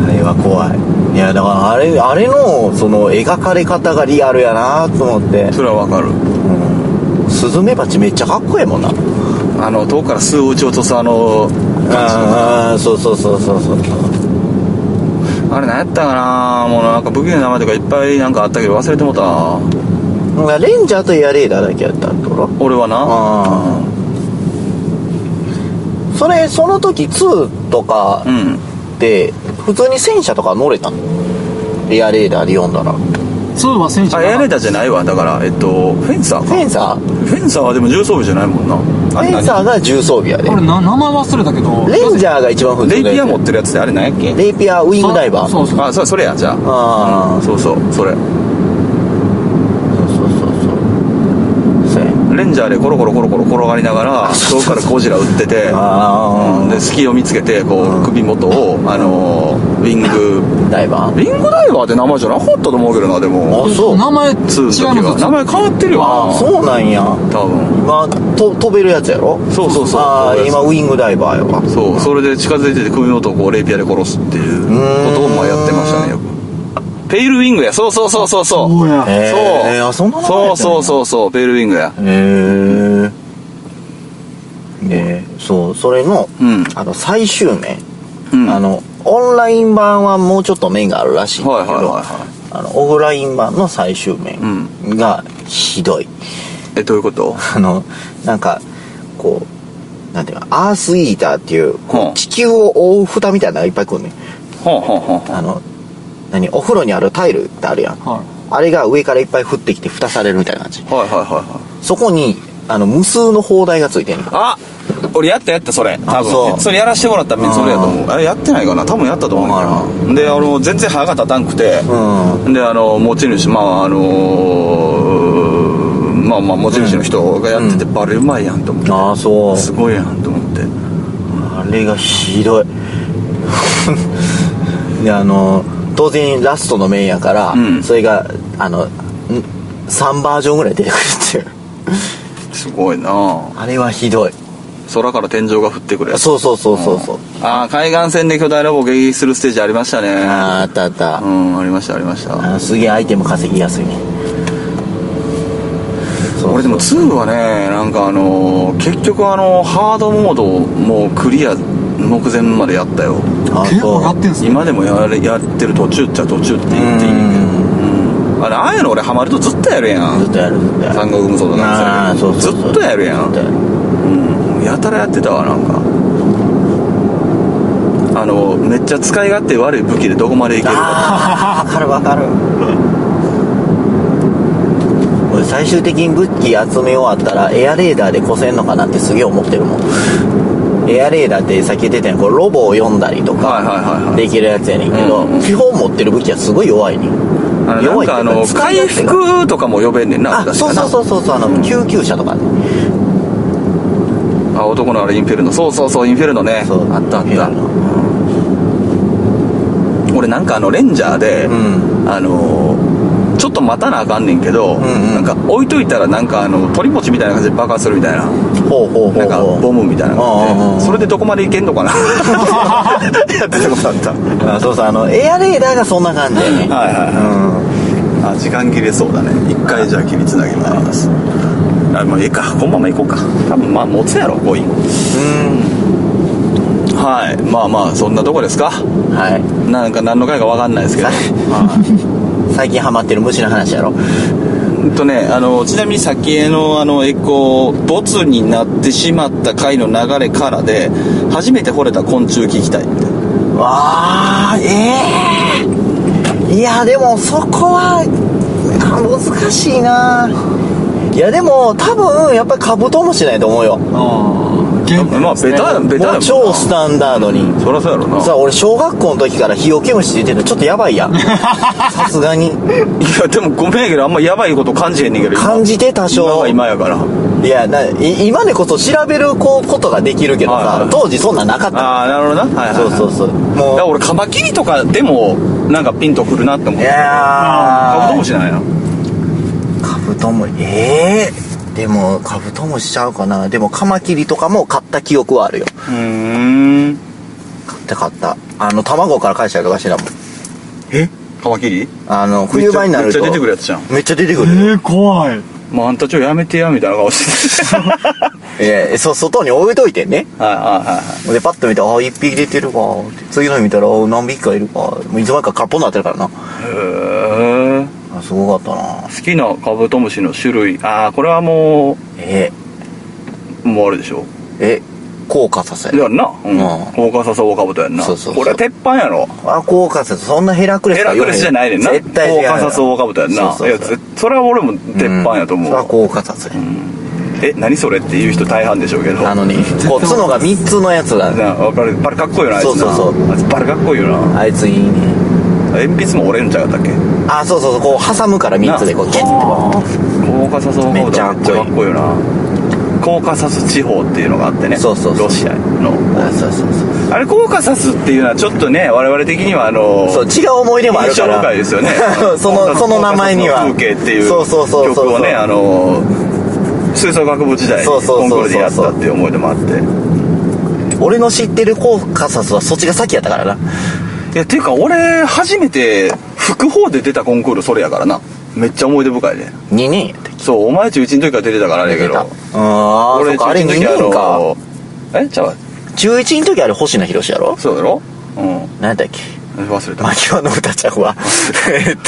[SPEAKER 2] あれは怖いいやだからあれあれのその描かれ方がリアルやなと思って
[SPEAKER 1] それはわかる
[SPEAKER 2] スズメバチめっちゃかっこええもんな
[SPEAKER 1] あの遠くから数を打ち落とすあの
[SPEAKER 2] ああそうそうそうそうそう
[SPEAKER 1] あれ何やったかなもうなんか武器の名前とかいっぱいなんかあったけど忘れてもうた
[SPEAKER 2] レンジャーとエアレーダーだけやったんだろ
[SPEAKER 1] 俺はな
[SPEAKER 2] ああそれその時2とか
[SPEAKER 1] うん
[SPEAKER 2] って普通に戦車とか乗れたのエアレーダーで読んだらフ
[SPEAKER 4] そうは戦車
[SPEAKER 1] あエアレーダーじゃないわだからえっとフェンサーか
[SPEAKER 2] ェンサー
[SPEAKER 1] フェンサーはでも重装備じゃないもんな
[SPEAKER 2] フ
[SPEAKER 1] あれ
[SPEAKER 2] ェンサーが重装備やで
[SPEAKER 4] 俺な名前忘れたけど
[SPEAKER 2] レンジャーが一番普通
[SPEAKER 1] レイピア持
[SPEAKER 2] っ
[SPEAKER 1] ってるやつってあれ何やっけ
[SPEAKER 2] レイピアウィングダイバー
[SPEAKER 4] そうそう
[SPEAKER 1] あそれそれやじゃあ
[SPEAKER 2] ああ
[SPEAKER 1] そうそうそれ
[SPEAKER 2] そうそうそうそうそうや
[SPEAKER 1] レンジャーでコロコロコロコロ転がりながら遠くからゴジラ撃ってて
[SPEAKER 2] あ
[SPEAKER 1] うん
[SPEAKER 2] あ
[SPEAKER 1] で隙を見つけてこう首元をあのーウィング
[SPEAKER 2] ダイバー
[SPEAKER 1] リンゴダイバーって名前じゃなかったと思うけどなでも
[SPEAKER 2] あそう
[SPEAKER 4] 名前違い
[SPEAKER 1] 2の
[SPEAKER 4] ます
[SPEAKER 1] 時は名前変わってるよ
[SPEAKER 2] あ
[SPEAKER 1] な
[SPEAKER 2] あそうなんや
[SPEAKER 1] 多分
[SPEAKER 2] 今と飛べるやつやろ
[SPEAKER 1] そうそうそう
[SPEAKER 2] ああ
[SPEAKER 1] 飛べるやつ
[SPEAKER 2] 今ウィングダイバーやわ
[SPEAKER 1] そうそれで近づいてて首元をこうレイピアで殺すっていうことをまあやってましたねよくペイルウィングやそうそうそうそうそう
[SPEAKER 4] そうや
[SPEAKER 2] へえ
[SPEAKER 1] そう
[SPEAKER 2] あそんな名前
[SPEAKER 1] そ
[SPEAKER 2] や
[SPEAKER 1] う
[SPEAKER 2] ったんや
[SPEAKER 1] そうそうそうペイルウィングや
[SPEAKER 2] へえでそうそれの,、
[SPEAKER 1] うん
[SPEAKER 2] あの最終面、
[SPEAKER 1] うん
[SPEAKER 2] あのオンライン版はもうちょっと面があるらしいんだけど、
[SPEAKER 1] はいはいはいはい
[SPEAKER 2] あのオフライン版の最終面がひどい、
[SPEAKER 1] えどういうこと
[SPEAKER 2] あのなんかこうなんていうのアースイーターっていうこ
[SPEAKER 1] はあ
[SPEAKER 2] う地球を覆う蓋みたいなのがいっぱい来るねん
[SPEAKER 1] ほんほんほんほん
[SPEAKER 2] あの何お風呂にあるタイルってあるやん、
[SPEAKER 4] は
[SPEAKER 2] あれが上からいっぱい降ってきて蓋されるみたいな感じ
[SPEAKER 1] はいはいはいはい
[SPEAKER 2] そこにあの無数の砲台がついてんねん
[SPEAKER 1] あ俺やったやったそれ多
[SPEAKER 2] あそ
[SPEAKER 1] 分
[SPEAKER 2] う
[SPEAKER 1] それやらしてもらったらそれやと思うあれやってないかな多分やったと思う
[SPEAKER 2] わ
[SPEAKER 1] なであの全然歯が立たんくて
[SPEAKER 2] うん
[SPEAKER 1] であの持ち主まああのまあまあ持ち主の人がやっててバレうまいやんと思って、
[SPEAKER 2] ああそう
[SPEAKER 1] すごいやんと思って
[SPEAKER 2] あれがひどい であの当然ラストの面やから、
[SPEAKER 1] うん
[SPEAKER 2] それがあのん3バージョンぐらい出てくるっていう
[SPEAKER 1] すごいなあ
[SPEAKER 2] あれはひどい
[SPEAKER 1] 空から天井が降ってくるやつ
[SPEAKER 2] そうそうそうそうそう
[SPEAKER 1] ああ海岸線で巨大ロボを迎撃するステージありましたね
[SPEAKER 2] あーあったあった、
[SPEAKER 1] うんありましたありました
[SPEAKER 2] あのすげえアイテム稼ぎやすいねそう
[SPEAKER 1] 俺でも2はねなんかあのー結局あのハードモードをもうクリア目前までやったよ
[SPEAKER 2] あ
[SPEAKER 4] 結構や
[SPEAKER 2] そ
[SPEAKER 4] ってんすね
[SPEAKER 1] 今でもやれやってる途中っちゃ途中って言っていいねんけどうんあれああいうの俺ハマるとずっとやるや
[SPEAKER 2] うんずっとやるずっとやる
[SPEAKER 1] 三国無双とかもそうや
[SPEAKER 2] あ
[SPEAKER 1] け
[SPEAKER 2] ーそ
[SPEAKER 1] ど
[SPEAKER 2] うそうそう
[SPEAKER 1] ずっとやるやん
[SPEAKER 2] ずっとやる
[SPEAKER 1] うんたらやってたわなんかあのめっちゃ使い勝手悪い武器でどこまでいけるか
[SPEAKER 2] ああ分かる分かる俺最終的に武器集め終わったらエアレーダーで越せんのかなってすげえ思ってるもんエアレーダーってさっき言ってたやんこうロボを読んだりと
[SPEAKER 1] はいはいはい
[SPEAKER 2] か
[SPEAKER 1] はい
[SPEAKER 2] できるやつやねんけど、
[SPEAKER 1] うん
[SPEAKER 2] 基本持ってる武器はすごい弱いねん
[SPEAKER 1] あのな
[SPEAKER 2] 弱
[SPEAKER 1] ん
[SPEAKER 2] いって
[SPEAKER 1] かあ
[SPEAKER 2] いう
[SPEAKER 1] の
[SPEAKER 2] 使い
[SPEAKER 1] 回
[SPEAKER 2] 勝手が
[SPEAKER 1] 復とかも呼べんねんな
[SPEAKER 2] あそうそう
[SPEAKER 1] う
[SPEAKER 2] そうそうそうあの救急車とかね
[SPEAKER 1] あ男のあれインフェルノそうそうそうインフェルノね
[SPEAKER 2] そう
[SPEAKER 1] あったあっ
[SPEAKER 2] インフェ
[SPEAKER 1] た
[SPEAKER 2] ルノ
[SPEAKER 1] 俺なんかあのレンジャーで、
[SPEAKER 2] うん
[SPEAKER 1] あのーちょっと待たなあかんねんけど、
[SPEAKER 2] んうん
[SPEAKER 1] なんか置いといたらなんかあの鳥餅みたいな感じで爆発するみたいな
[SPEAKER 2] ほうほうほうほう
[SPEAKER 1] なんかボムみたいな
[SPEAKER 2] うんう
[SPEAKER 1] 感じ
[SPEAKER 2] んうん
[SPEAKER 1] でそれでどこまでいけんのか なやってたことあったは
[SPEAKER 2] あそうそうあのエアレーダーがそんな感じやね
[SPEAKER 1] いはいはいあ時間切れそうだね一回じゃあ切りつなぎますあもういいかこのまま行こうか多分まあ持つやろ5位はいまあまあそんなとこですか
[SPEAKER 2] うんはい
[SPEAKER 1] なんか何の回か分かんないですけど
[SPEAKER 2] さ最近ハマってる虫の話やろ
[SPEAKER 1] うんとね、あの、ちなみに先への、あの、エコー、ボツになってしまった回の流れからで、初めて惚れた昆虫聞きたい。
[SPEAKER 2] わあええいやでもそこはあ難しいないやでも多分やっぱりカブトムシないと思うよ
[SPEAKER 1] まあ、ベタや、ベタや
[SPEAKER 2] も
[SPEAKER 1] も
[SPEAKER 2] うん
[SPEAKER 1] な
[SPEAKER 2] 超スタンダードに
[SPEAKER 1] そりゃそうやろな。い
[SPEAKER 2] さあ俺小学校の時から日よけ虫って言ってるのちょっとやば いやんさすがに
[SPEAKER 1] や、でもごめんやけど、あんまやばいこと感じへんねんけど、今
[SPEAKER 2] 感じて多
[SPEAKER 1] 今
[SPEAKER 2] 少
[SPEAKER 1] は今やから。
[SPEAKER 2] いやない今でこそ調べるこうことができるけどさ、
[SPEAKER 1] はいはい
[SPEAKER 2] 当時そんなんなかった
[SPEAKER 1] ああ、なるほどな。はいはい、はい。
[SPEAKER 2] そうそうそう
[SPEAKER 1] だ
[SPEAKER 2] も
[SPEAKER 1] から
[SPEAKER 2] う
[SPEAKER 1] 俺、カマキリとかでも、なんかピンとくるなって思。
[SPEAKER 2] いう
[SPEAKER 1] カ
[SPEAKER 2] やー
[SPEAKER 1] ブトムシなんや。
[SPEAKER 2] カブトムシええでもカブトムシちゃうかなでもカマキリとかも買った記憶はあるよ
[SPEAKER 1] うーん。
[SPEAKER 2] 買った買ったあの卵から返したりとかしてたもん
[SPEAKER 1] えカマキリ
[SPEAKER 2] あの冬場になると
[SPEAKER 1] めっちゃめっちゃ出てくるやつじゃん
[SPEAKER 2] めっちゃ出てく
[SPEAKER 4] え
[SPEAKER 2] る
[SPEAKER 4] ー、怖い
[SPEAKER 1] もうあんたちょやめてや、みたいな顔して。 はい
[SPEAKER 2] ええそう外に置いといてね
[SPEAKER 1] はいはいはい。
[SPEAKER 2] でパッと見てああ1匹出てるわって次の日見たらあ何匹かいるわもういつまでか空っぽになってるからな
[SPEAKER 1] へー
[SPEAKER 2] あすごかったな
[SPEAKER 1] 好きなカブトムシの種類ああこれはも
[SPEAKER 2] え
[SPEAKER 1] うもうあれでしょ
[SPEAKER 2] ええ高価させ
[SPEAKER 1] やんなうん
[SPEAKER 2] うん
[SPEAKER 1] オオカサソオオカブトやんな
[SPEAKER 2] そうそうそう
[SPEAKER 1] これは鉄板やろ
[SPEAKER 2] あ高価させそんなヘラクレス
[SPEAKER 1] ヘ
[SPEAKER 2] とか
[SPEAKER 1] ラ
[SPEAKER 2] 言
[SPEAKER 1] ク
[SPEAKER 2] わへ
[SPEAKER 1] レ
[SPEAKER 2] ん
[SPEAKER 1] スじゃないねんな
[SPEAKER 2] 絶対
[SPEAKER 1] オ
[SPEAKER 2] 違
[SPEAKER 1] オ
[SPEAKER 2] う
[SPEAKER 1] カサソオオカブトやんな
[SPEAKER 2] そうそうそう
[SPEAKER 1] いやぜそれは俺も鉄板やと思
[SPEAKER 2] んそれは
[SPEAKER 1] う、
[SPEAKER 2] 高価させ、
[SPEAKER 1] え何それっていう人大半でしょうけど
[SPEAKER 2] あのね、こう角が3つのやつが
[SPEAKER 1] なわかるバリかっこいいよなあいつな
[SPEAKER 2] そうそうそう
[SPEAKER 1] あいつバリかっこいいよな
[SPEAKER 2] あいついいね
[SPEAKER 1] 鉛筆も折れんちゃうかったっけ
[SPEAKER 2] あそうそうそうこう挟むから3つでこうキュッてこ
[SPEAKER 1] オオカサソオオカブトめ
[SPEAKER 2] め
[SPEAKER 1] っ
[SPEAKER 2] っ
[SPEAKER 1] ち
[SPEAKER 2] ち
[SPEAKER 1] ゃ
[SPEAKER 2] ゃ
[SPEAKER 1] か
[SPEAKER 2] か
[SPEAKER 1] っ
[SPEAKER 2] っ
[SPEAKER 1] こ
[SPEAKER 2] こいい
[SPEAKER 1] いいよなコーカサス地方っていうのがあってね
[SPEAKER 2] そうそうそう
[SPEAKER 1] ロシアの
[SPEAKER 2] うあそうそうそう
[SPEAKER 1] あれコーカサスっていうのはちょっとね我々的にはあの
[SPEAKER 2] そう違う思い出もある
[SPEAKER 1] 印象
[SPEAKER 2] から
[SPEAKER 1] 深いですよね
[SPEAKER 2] そのその名前には
[SPEAKER 1] コーカサスの風景っていう
[SPEAKER 2] そうそうそうそう
[SPEAKER 1] 曲をねあの吹奏楽部時代に
[SPEAKER 2] そ
[SPEAKER 1] コ
[SPEAKER 2] うそうそうそう
[SPEAKER 1] ンクールでやったっていう思い出もあって
[SPEAKER 2] 俺の知ってるコーカサスはそっちが先やったからない
[SPEAKER 1] やっていうか俺初めて副報で出たコンクールそれやからなめっちゃ思い出深いね
[SPEAKER 2] 2年やったっ
[SPEAKER 1] そうお前中1の時から出てたからあれや
[SPEAKER 2] け
[SPEAKER 1] けど
[SPEAKER 2] ああーそっかあれ2年か
[SPEAKER 1] あのえちゃうわ
[SPEAKER 2] 中1の時あれ星名博士やろ
[SPEAKER 1] そうだろうん
[SPEAKER 2] 何やったっけ
[SPEAKER 1] 忘れた
[SPEAKER 2] 牧場の歌ちゃ うわえっと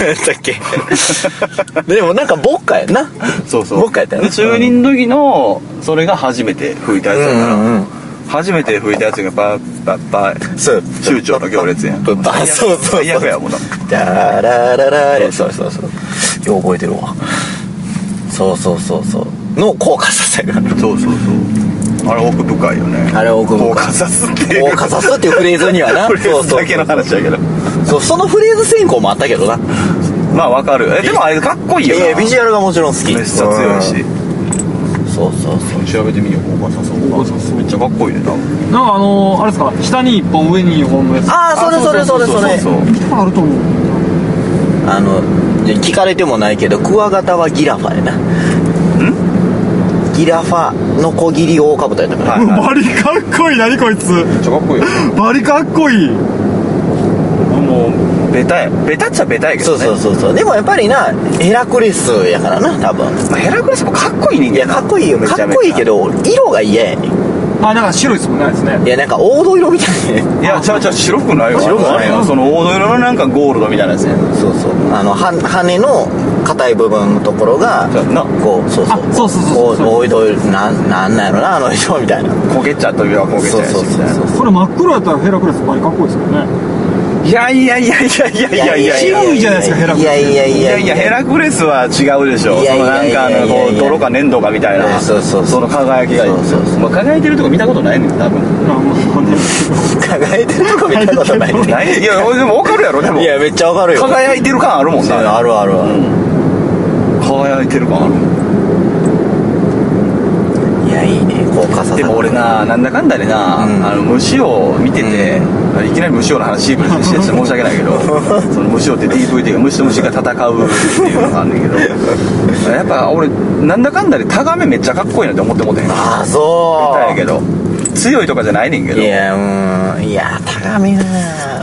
[SPEAKER 2] 何やったっけ でもなんかボッカやんな
[SPEAKER 1] そうそう
[SPEAKER 2] ボッカやったよな
[SPEAKER 1] で中2の時のそれが初めて吹いたやつやから、
[SPEAKER 2] うんうんうん
[SPEAKER 1] 初めて吹いたやつがバッバッバッ
[SPEAKER 2] そう
[SPEAKER 1] 中長の行列やん
[SPEAKER 2] バッバッそうそうそう
[SPEAKER 1] 最悪やもんな
[SPEAKER 2] ダララララそうそうそうよう覚えてるわそうそうそうそうの効果させる
[SPEAKER 1] そうそうそうあれ奥深いよね
[SPEAKER 2] あれ奥深い
[SPEAKER 1] こうかざすっていう
[SPEAKER 2] 効果さすっていうフレーズに はな
[SPEAKER 1] フレーズだけの話やけど
[SPEAKER 2] そうそのフレーズ選考もあったけどな
[SPEAKER 1] まあわかるえでもあれかっこいい
[SPEAKER 2] い
[SPEAKER 1] よな
[SPEAKER 2] やビジュアルがもちろん好き
[SPEAKER 1] めっちゃ強いし
[SPEAKER 2] そうそうそ
[SPEAKER 1] 調
[SPEAKER 2] う
[SPEAKER 1] べてみよう交換さそう交換さそうめっちゃかっこいいね多分
[SPEAKER 4] なんかあのー、あれですか下に一本上に4本のやつ
[SPEAKER 2] ああそれそれそれそ
[SPEAKER 1] そ
[SPEAKER 2] れ
[SPEAKER 1] うそう
[SPEAKER 4] 見たことあると思う
[SPEAKER 2] あので聞かれてもないけどクワガタはギラファやなギラファの小切り大カブトやったから、
[SPEAKER 1] はいはい
[SPEAKER 4] バリかっこいい何こいつ
[SPEAKER 1] めっちゃかっこいいよ
[SPEAKER 4] バリかっこいい
[SPEAKER 1] もうベタやベタっちゃベタやけど
[SPEAKER 2] そ
[SPEAKER 1] ね
[SPEAKER 2] うそうそうそうでもやっぱりなヘラクレスやからな多分
[SPEAKER 1] まあヘラクレスもかっこいい人
[SPEAKER 2] い
[SPEAKER 1] 間
[SPEAKER 2] や
[SPEAKER 1] な
[SPEAKER 2] かっこいいよ
[SPEAKER 1] め
[SPEAKER 2] か
[SPEAKER 1] ちゃ
[SPEAKER 2] っ
[SPEAKER 1] めちゃ
[SPEAKER 2] こいいけど色が嫌やねん
[SPEAKER 4] あなんか白いスプーンないですね
[SPEAKER 2] いやなんか黄土色みたいね
[SPEAKER 1] いや、ちゃうちゃう、白くないよ。
[SPEAKER 2] 白くないよ
[SPEAKER 1] あのその、黄土色のなんかゴールドみたいなやつね。
[SPEAKER 2] そうそうあのは羽の硬い部分のところが
[SPEAKER 1] そうやな
[SPEAKER 2] こうそうそう
[SPEAKER 4] あそうそうそうそう
[SPEAKER 2] こ黄土色なんなんなんやろなあの人みたいな
[SPEAKER 1] 焦げちゃうときは焦げち
[SPEAKER 2] そ
[SPEAKER 1] ゃ
[SPEAKER 2] う
[SPEAKER 1] うし
[SPEAKER 2] そう
[SPEAKER 1] み
[SPEAKER 2] そ
[SPEAKER 1] たい
[SPEAKER 2] うそう
[SPEAKER 4] これ真っ黒やったらヘラクレスバリかっこいいですけどね
[SPEAKER 1] な。いやいやいやいやいやいやいやいや。
[SPEAKER 4] 渋いじゃないですかヘラクレス
[SPEAKER 2] いやいや
[SPEAKER 1] い
[SPEAKER 2] いや
[SPEAKER 1] やいや、ヘラクレスは違うでしょ。
[SPEAKER 2] いや
[SPEAKER 1] そ
[SPEAKER 2] い
[SPEAKER 1] の
[SPEAKER 2] や
[SPEAKER 1] ないんか、
[SPEAKER 2] や
[SPEAKER 1] あ
[SPEAKER 2] いや
[SPEAKER 1] の、こ
[SPEAKER 2] いうや
[SPEAKER 1] 泥か粘土かみたいな。
[SPEAKER 2] そうそう
[SPEAKER 1] その輝きがいい。
[SPEAKER 2] そうそうそう
[SPEAKER 1] まあ、輝いてるとこ見たことないねん、多分。
[SPEAKER 4] あもう羽根
[SPEAKER 2] 輝いてるとこ見たことないね
[SPEAKER 1] ないいや、でもわかるやろ、でも。
[SPEAKER 2] いやめっちゃわかるよ
[SPEAKER 1] 輝いてる感あるもんな。
[SPEAKER 2] あるあるある、
[SPEAKER 1] 輝いてる感あるもん。
[SPEAKER 2] いやいいねこう傘さ
[SPEAKER 1] でも俺な、なんだかんだでな、
[SPEAKER 2] うん
[SPEAKER 1] あの、虫を見てて、いきなり虫王の話シープにして申し訳ないけ ど、その虫王って DVD が虫と虫が戦うっていうのがあるんだけど、やっぱ俺、なんだかんだでタガメめっちゃかっこいいなって思ってもてん。み
[SPEAKER 2] ああそう
[SPEAKER 1] たいやけど、強いとかじゃないねんけど。
[SPEAKER 2] いや、うーん。いや、タガメなぁ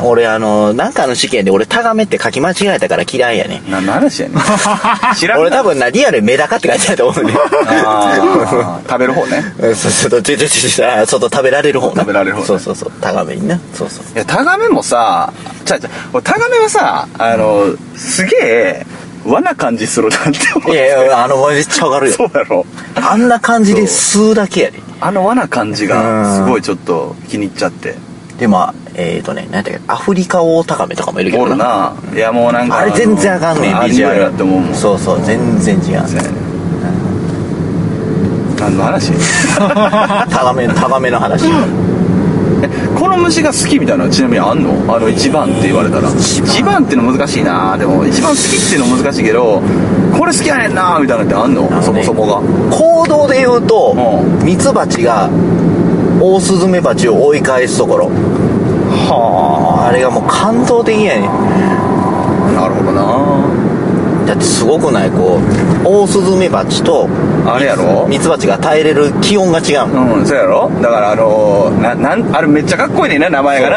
[SPEAKER 2] 俺、あの、なんかの試験で俺、タガメって書き間違えたから嫌いやね。
[SPEAKER 1] 何の 話やねん知らん
[SPEAKER 2] 俺多分な、リアルメダカって書いてあると思うね。
[SPEAKER 1] あー食べる方ね
[SPEAKER 2] うん そうそう、ちょちょちょちょ、あ外食べられる方な
[SPEAKER 1] 食べられる方ね
[SPEAKER 2] そうそうそう、タガメにな。そうそう。
[SPEAKER 1] いやタガメもさちゃうちゃう俺タガメはさあのすげえ和な感じするなんて思う
[SPEAKER 2] いやいや、あの、めっちゃわかるよ
[SPEAKER 1] そ。うやろ
[SPEAKER 2] あんな感じで吸うだけやで。
[SPEAKER 1] あの和な感じ
[SPEAKER 2] うん
[SPEAKER 1] がすごいちょっと気に入っちゃって
[SPEAKER 2] でも、えーとね、なんだっけ、アフリカオオタガメとかもいるけ
[SPEAKER 1] お
[SPEAKER 2] ど
[SPEAKER 1] る
[SPEAKER 2] な。
[SPEAKER 1] ないやもうなんか
[SPEAKER 2] あれ全然あかんねん、
[SPEAKER 1] ビ
[SPEAKER 2] ビ
[SPEAKER 1] ジ
[SPEAKER 2] ジ
[SPEAKER 1] ュ
[SPEAKER 2] ュ
[SPEAKER 1] ア
[SPEAKER 2] ア
[SPEAKER 1] ル
[SPEAKER 2] ル
[SPEAKER 1] やって思うもん
[SPEAKER 2] そうそう、全然違う。
[SPEAKER 1] そうやね何の話
[SPEAKER 2] タガメ、タガメの話。
[SPEAKER 1] この虫が好きみたいなのちなみにあんのあの一番って言われたら
[SPEAKER 2] 一番
[SPEAKER 1] 一番っていうの難しいなでも一番好きっていうの難しいけどこれ好きやねんなみたいなのってあんの
[SPEAKER 2] あ
[SPEAKER 1] そ
[SPEAKER 2] の
[SPEAKER 1] も
[SPEAKER 2] ね
[SPEAKER 1] そもが
[SPEAKER 2] 行動で言うと
[SPEAKER 1] う
[SPEAKER 2] ミツバチがオオスズメバチを追い返すところ
[SPEAKER 1] は
[SPEAKER 2] あれがもう感動的やね
[SPEAKER 1] あなるほどな
[SPEAKER 2] だってすごくないこうオオスズメバチと
[SPEAKER 1] あれやろ
[SPEAKER 2] ミツバチが耐えれる気温が違うの
[SPEAKER 1] うんそうやろだからあのーななんあれめっちゃかっこいいねんな名前が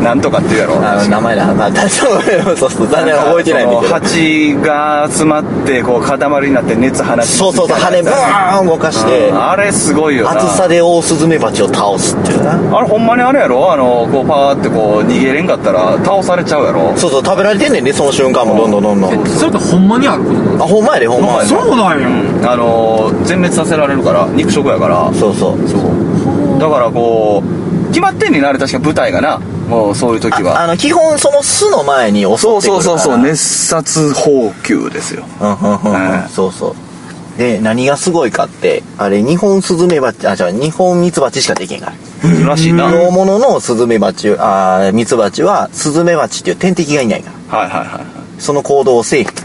[SPEAKER 1] ななんとかっていうやろ
[SPEAKER 2] あの名前だあ だそうそうそう残念覚えてないんだけど
[SPEAKER 1] 蜂が集まってこう塊になって熱放ち
[SPEAKER 2] そうそうそう羽バーン動かして
[SPEAKER 1] あれすごいよな
[SPEAKER 2] 暑さでオオスズメバチを倒すっていうな
[SPEAKER 1] あれほんまにあれやろあのこうパーってこう逃げれんかったら倒されちゃうやろ
[SPEAKER 2] そうそう食べられてんねんねその瞬間もどんどんどんどん
[SPEAKER 4] それってほんまにあることなの
[SPEAKER 2] あほんまやでほんまやで
[SPEAKER 4] そうなんや
[SPEAKER 1] うんあの全滅させられるから肉食やから
[SPEAKER 2] そうそう
[SPEAKER 1] そうだからこう決まってんねんなあれ確か舞台がなもうそういう時
[SPEAKER 2] あ
[SPEAKER 1] は
[SPEAKER 2] の基本その巣の前に襲ってくるか
[SPEAKER 1] そうそう
[SPEAKER 2] ら
[SPEAKER 1] そうそう熱殺放球ですよ
[SPEAKER 2] うんうんうんう
[SPEAKER 1] うん
[SPEAKER 2] んそうそうで何がすごいかってあれ日本スズメバチあじゃあ日本ミツバチしかできんから
[SPEAKER 1] らしいなはい
[SPEAKER 2] 大物のスズメバチあーミツバチはスズメバチっていう天敵がいないから
[SPEAKER 1] はいはい
[SPEAKER 2] その行動をせえへん
[SPEAKER 1] だか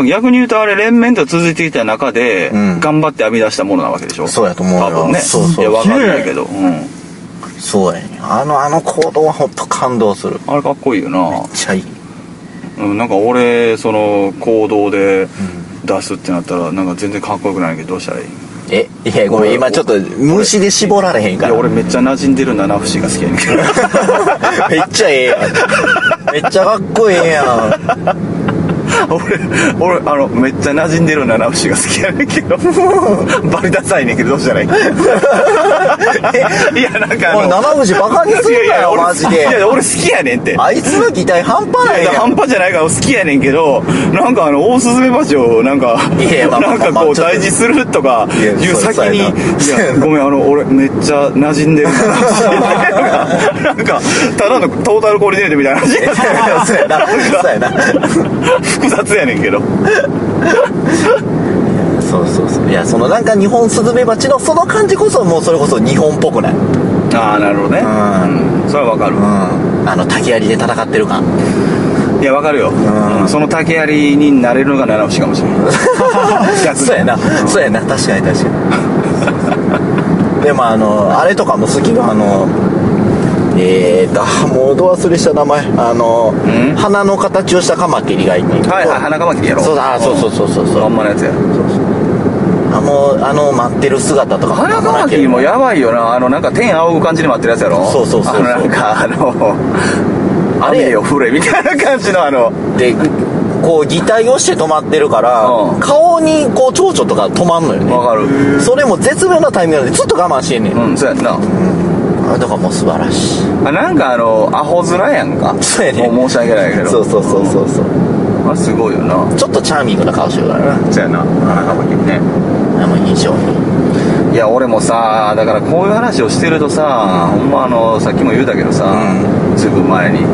[SPEAKER 1] ら逆に言うとあれ連綿と続いていた中で、
[SPEAKER 2] うん
[SPEAKER 1] 頑張って編み出したものなわけでしょ
[SPEAKER 2] そうやと思うよ
[SPEAKER 1] 多分ね
[SPEAKER 2] そうそう
[SPEAKER 1] やわかんないけど、うん、
[SPEAKER 2] そうやねあのあの行動はほんと感動する
[SPEAKER 1] あれかっこいいよな
[SPEAKER 2] ちゃいい
[SPEAKER 1] うん、なんか俺その行動で出すってなったらなんか全然かっこよくないけどどうしたらいいい
[SPEAKER 2] えいやごめん今ちょっと虫で絞られへんか
[SPEAKER 1] や
[SPEAKER 2] ら
[SPEAKER 1] 俺めっちゃ馴染んでる七節が好きやねん けど
[SPEAKER 2] めっちゃええやんめっちゃかっこええや ん
[SPEAKER 1] 俺俺あのめっちゃ馴染んでる七節が好きやねんけ どバリダサいねんけどどうしたらいいいやなんかあ
[SPEAKER 2] おい
[SPEAKER 1] の
[SPEAKER 2] 七藤バカにす
[SPEAKER 1] いや
[SPEAKER 2] ん
[SPEAKER 1] い
[SPEAKER 2] な
[SPEAKER 1] や
[SPEAKER 2] よ
[SPEAKER 1] 俺
[SPEAKER 2] マジ
[SPEAKER 1] い
[SPEAKER 2] で
[SPEAKER 1] や俺好きやねんって
[SPEAKER 2] あいつの擬態半端ないやん
[SPEAKER 1] 半端じゃないから好きやねんけどなんかあのオオスズメバチをなんか
[SPEAKER 2] いやまあまあ
[SPEAKER 1] なんか
[SPEAKER 2] まあ
[SPEAKER 1] こう
[SPEAKER 2] ちょっと
[SPEAKER 1] 大事するとか
[SPEAKER 2] い
[SPEAKER 1] い
[SPEAKER 2] や
[SPEAKER 1] う先にい
[SPEAKER 2] そうやな
[SPEAKER 1] やごめんあの俺めっちゃ馴染 んでるなんかただのトータルコーディネートみたいな話
[SPEAKER 2] そうやなそうやな
[SPEAKER 1] 複雑やねんけど
[SPEAKER 2] そうそうそういやそのなんか日本スズメバチのその感じこそもうそれこそ日本っぽくないうん
[SPEAKER 1] ああなるほどねうんそれはわかる
[SPEAKER 2] あの竹槍で戦ってる感
[SPEAKER 1] いやわかるようんその竹槍になれるのが七節かもし れない逆に
[SPEAKER 2] そうやなそうやな確かに確かに でもあのあれとかも好きがあのえーとあもうど忘れした名前あの
[SPEAKER 1] ん
[SPEAKER 2] 花の形をしたカマキリがいて
[SPEAKER 1] はいはい花カマキリやろ
[SPEAKER 2] そうだあそうそうそうそうそう
[SPEAKER 1] あんまのやつや
[SPEAKER 2] あもうあの待ってる姿とか
[SPEAKER 1] 花カマキリもやばいよなあのなんか天仰ぐ感じに待ってるやつやろ
[SPEAKER 2] そうそうそうそう
[SPEAKER 1] あのなんかあの
[SPEAKER 2] あれ
[SPEAKER 1] 雨よ降れみたいな感じのあの
[SPEAKER 2] でこう擬態をして止まってるから、
[SPEAKER 1] うん
[SPEAKER 2] 顔にこう蝶々とか止まんのよね
[SPEAKER 1] わかる
[SPEAKER 2] それも絶妙なタイミングでずっと我慢してんねん、
[SPEAKER 1] うんそうやんな
[SPEAKER 2] あだからもう素晴らしい
[SPEAKER 1] あなんかあのアホ面やんか
[SPEAKER 2] そうやね
[SPEAKER 1] もう申し訳ないけど
[SPEAKER 2] そうそうそうそうそう
[SPEAKER 1] あれすごいよな
[SPEAKER 2] ちょっとチャーミングな顔してるからな
[SPEAKER 1] そうやな荒川君ね
[SPEAKER 2] あもう以上
[SPEAKER 1] いや俺もさだからこういう話をしてるとさほんまあのさっきも言うたけどさ、すぐ前に、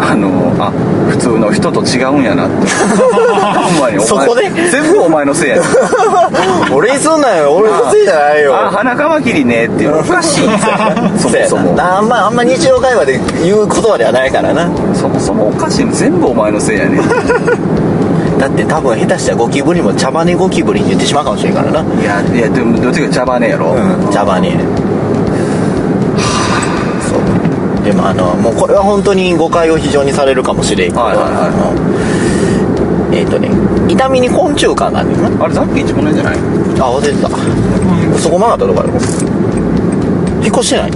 [SPEAKER 1] あのあ普通の人と違うんやなって ほんまにお前
[SPEAKER 2] そこで
[SPEAKER 1] 全部お前のせいやねん
[SPEAKER 2] 俺にすんなよ俺のせいじゃないよ
[SPEAKER 1] あ 花カマキリねっていうのおかしいんですよそもそも
[SPEAKER 2] あんまあんま日常会話で言う言葉ではないからな
[SPEAKER 1] そもそもおかしいの全部お前のせいやねん
[SPEAKER 2] だって多分下手したらゴキブリも茶羽ゴキブリに言ってしまうかもしれんからない
[SPEAKER 1] やいやでもどっちか茶番ねやろ、
[SPEAKER 2] 茶羽ねそうでもあのもうこれは本当に誤解を非常にされるかもしれんけど、
[SPEAKER 1] はいはい
[SPEAKER 2] あのえっ、とね痛みに昆虫感があるんだよな
[SPEAKER 1] あれザッキー一番ないんじゃない
[SPEAKER 2] あ忘れてたそこ曲がったとこある引っ越してない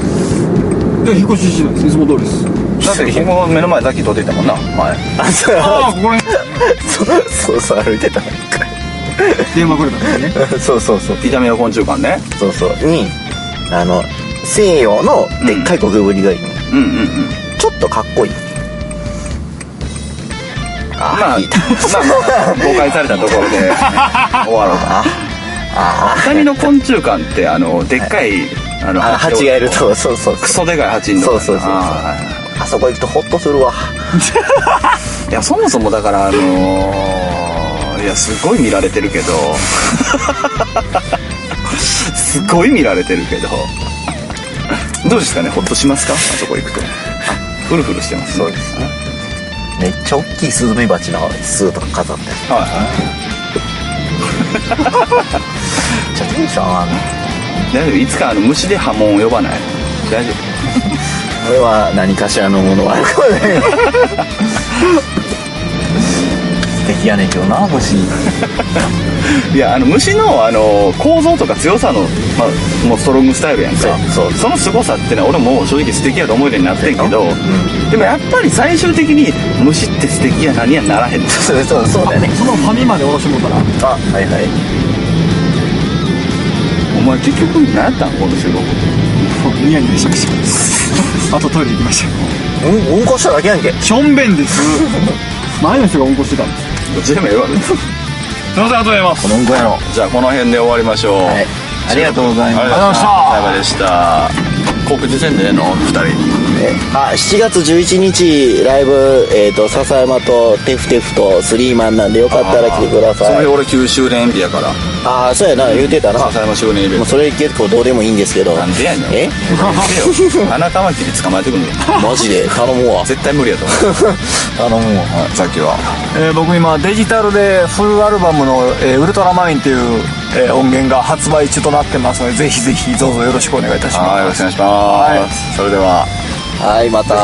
[SPEAKER 4] で引っ越ししてないですいつも通りです
[SPEAKER 1] だってここ目の前ザッキー撮ってたもんなはい
[SPEAKER 2] あそう
[SPEAKER 4] ああここら辺
[SPEAKER 2] そうそうそう歩いてたなん
[SPEAKER 4] 電話くれたんですね
[SPEAKER 2] かそうそうそう
[SPEAKER 1] 痛みの昆虫館ね
[SPEAKER 2] そうそうにあの西洋のでっかいゴキブリがいる、
[SPEAKER 1] うんうんうん
[SPEAKER 2] ちょっとかっこいい
[SPEAKER 1] まあ、まあ、まあ誤解されたとこ ろで終わろうかな痛みの昆虫館ってあのでっかい、あの
[SPEAKER 2] あの蜂がいるとそうそう
[SPEAKER 1] ク
[SPEAKER 2] そ
[SPEAKER 1] ソ
[SPEAKER 2] う
[SPEAKER 1] でかい蜂いんのかな
[SPEAKER 2] そうそうそうそう
[SPEAKER 1] あ
[SPEAKER 2] あそこ行くとホッとするわ
[SPEAKER 1] ーいやそもそもだからあのーいやすごい見られてるけど すごい見られてるけどどうですかねほっとしますかあそこ行くとあフルフルしてますそうですね
[SPEAKER 2] めっちゃ大きいスズメバチの巣とか飾って
[SPEAKER 1] はいはい
[SPEAKER 2] めっちゃテンション上がんない
[SPEAKER 1] 大丈夫いつかあの虫で波紋を呼ばない大丈夫
[SPEAKER 2] これは何かしらのものはあるかもね素敵やねんけどな星
[SPEAKER 1] いやあの虫のあの構造とか強さの、まあ、もうストロングスタイルやんか
[SPEAKER 2] そうそう
[SPEAKER 1] その凄さってのは俺も正直素敵やと思うようになってんけど、でもやっぱり最終的に虫って素敵や何やならへん
[SPEAKER 2] そうそうそうだよね
[SPEAKER 4] そのファミマでおろしてもうたら
[SPEAKER 2] あはいはい
[SPEAKER 1] お前結局何やったんこの収録
[SPEAKER 4] ニヤニヤしたくしますあとトイレ行きました
[SPEAKER 2] うんうんこしただけやんけ
[SPEAKER 4] しょんべんです前の人がうんこしてたんですす
[SPEAKER 1] どっちでもええわ別に
[SPEAKER 4] いませんありがとうございます
[SPEAKER 2] このうんこやろ
[SPEAKER 1] じゃあこの辺で終わりましょう、
[SPEAKER 2] はいありがとうございま
[SPEAKER 1] あ
[SPEAKER 2] す
[SPEAKER 1] りがとうございましたでした告知宣伝の2人
[SPEAKER 2] えあ7月11日ライブ、えー、と笹山とテフテフとスリーマンなんでよかったら来てくだ
[SPEAKER 1] その
[SPEAKER 2] さ
[SPEAKER 1] 辺
[SPEAKER 2] い
[SPEAKER 1] 俺9周年日やから
[SPEAKER 2] ああそうやな言うてたな
[SPEAKER 1] 笹山周年イベン
[SPEAKER 2] もう
[SPEAKER 1] ト
[SPEAKER 2] それ結構どうでもいいんですけど
[SPEAKER 1] なんでやねん
[SPEAKER 2] え
[SPEAKER 1] 見てよ花カマキリ捕まえてく んね
[SPEAKER 2] マジで頼むわ
[SPEAKER 1] 絶対無理やと思う
[SPEAKER 2] 頼むわ
[SPEAKER 1] さっきは
[SPEAKER 4] えー僕今デジタルでフルアルバムの「えーウルトラマイン」っていう、えー音源が発売中となってますのでぜひぜひどうぞよろしくお願いいたし
[SPEAKER 1] はい、よ
[SPEAKER 4] ま
[SPEAKER 1] ろし
[SPEAKER 4] す
[SPEAKER 1] くお願いします。それでは、
[SPEAKER 2] はいまた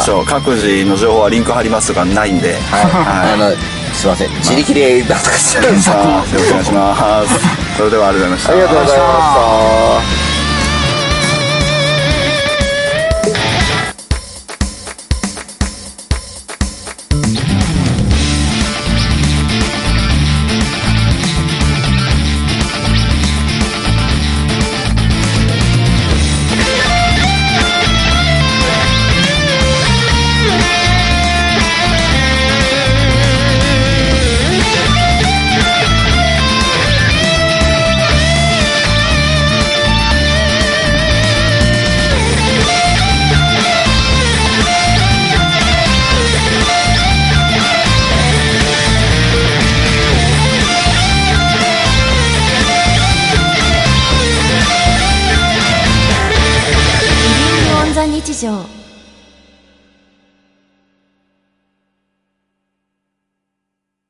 [SPEAKER 1] 各所、各自の情報はリンク貼りますがないんで、
[SPEAKER 2] はい、
[SPEAKER 1] は
[SPEAKER 2] あ
[SPEAKER 1] い。
[SPEAKER 2] のすいません自力でなんとかしちゃうんです
[SPEAKER 1] さあよろしくお願いし ます。それでは、ありがとうございました。
[SPEAKER 2] ありがとうございました
[SPEAKER 5] ビリングオンザ日常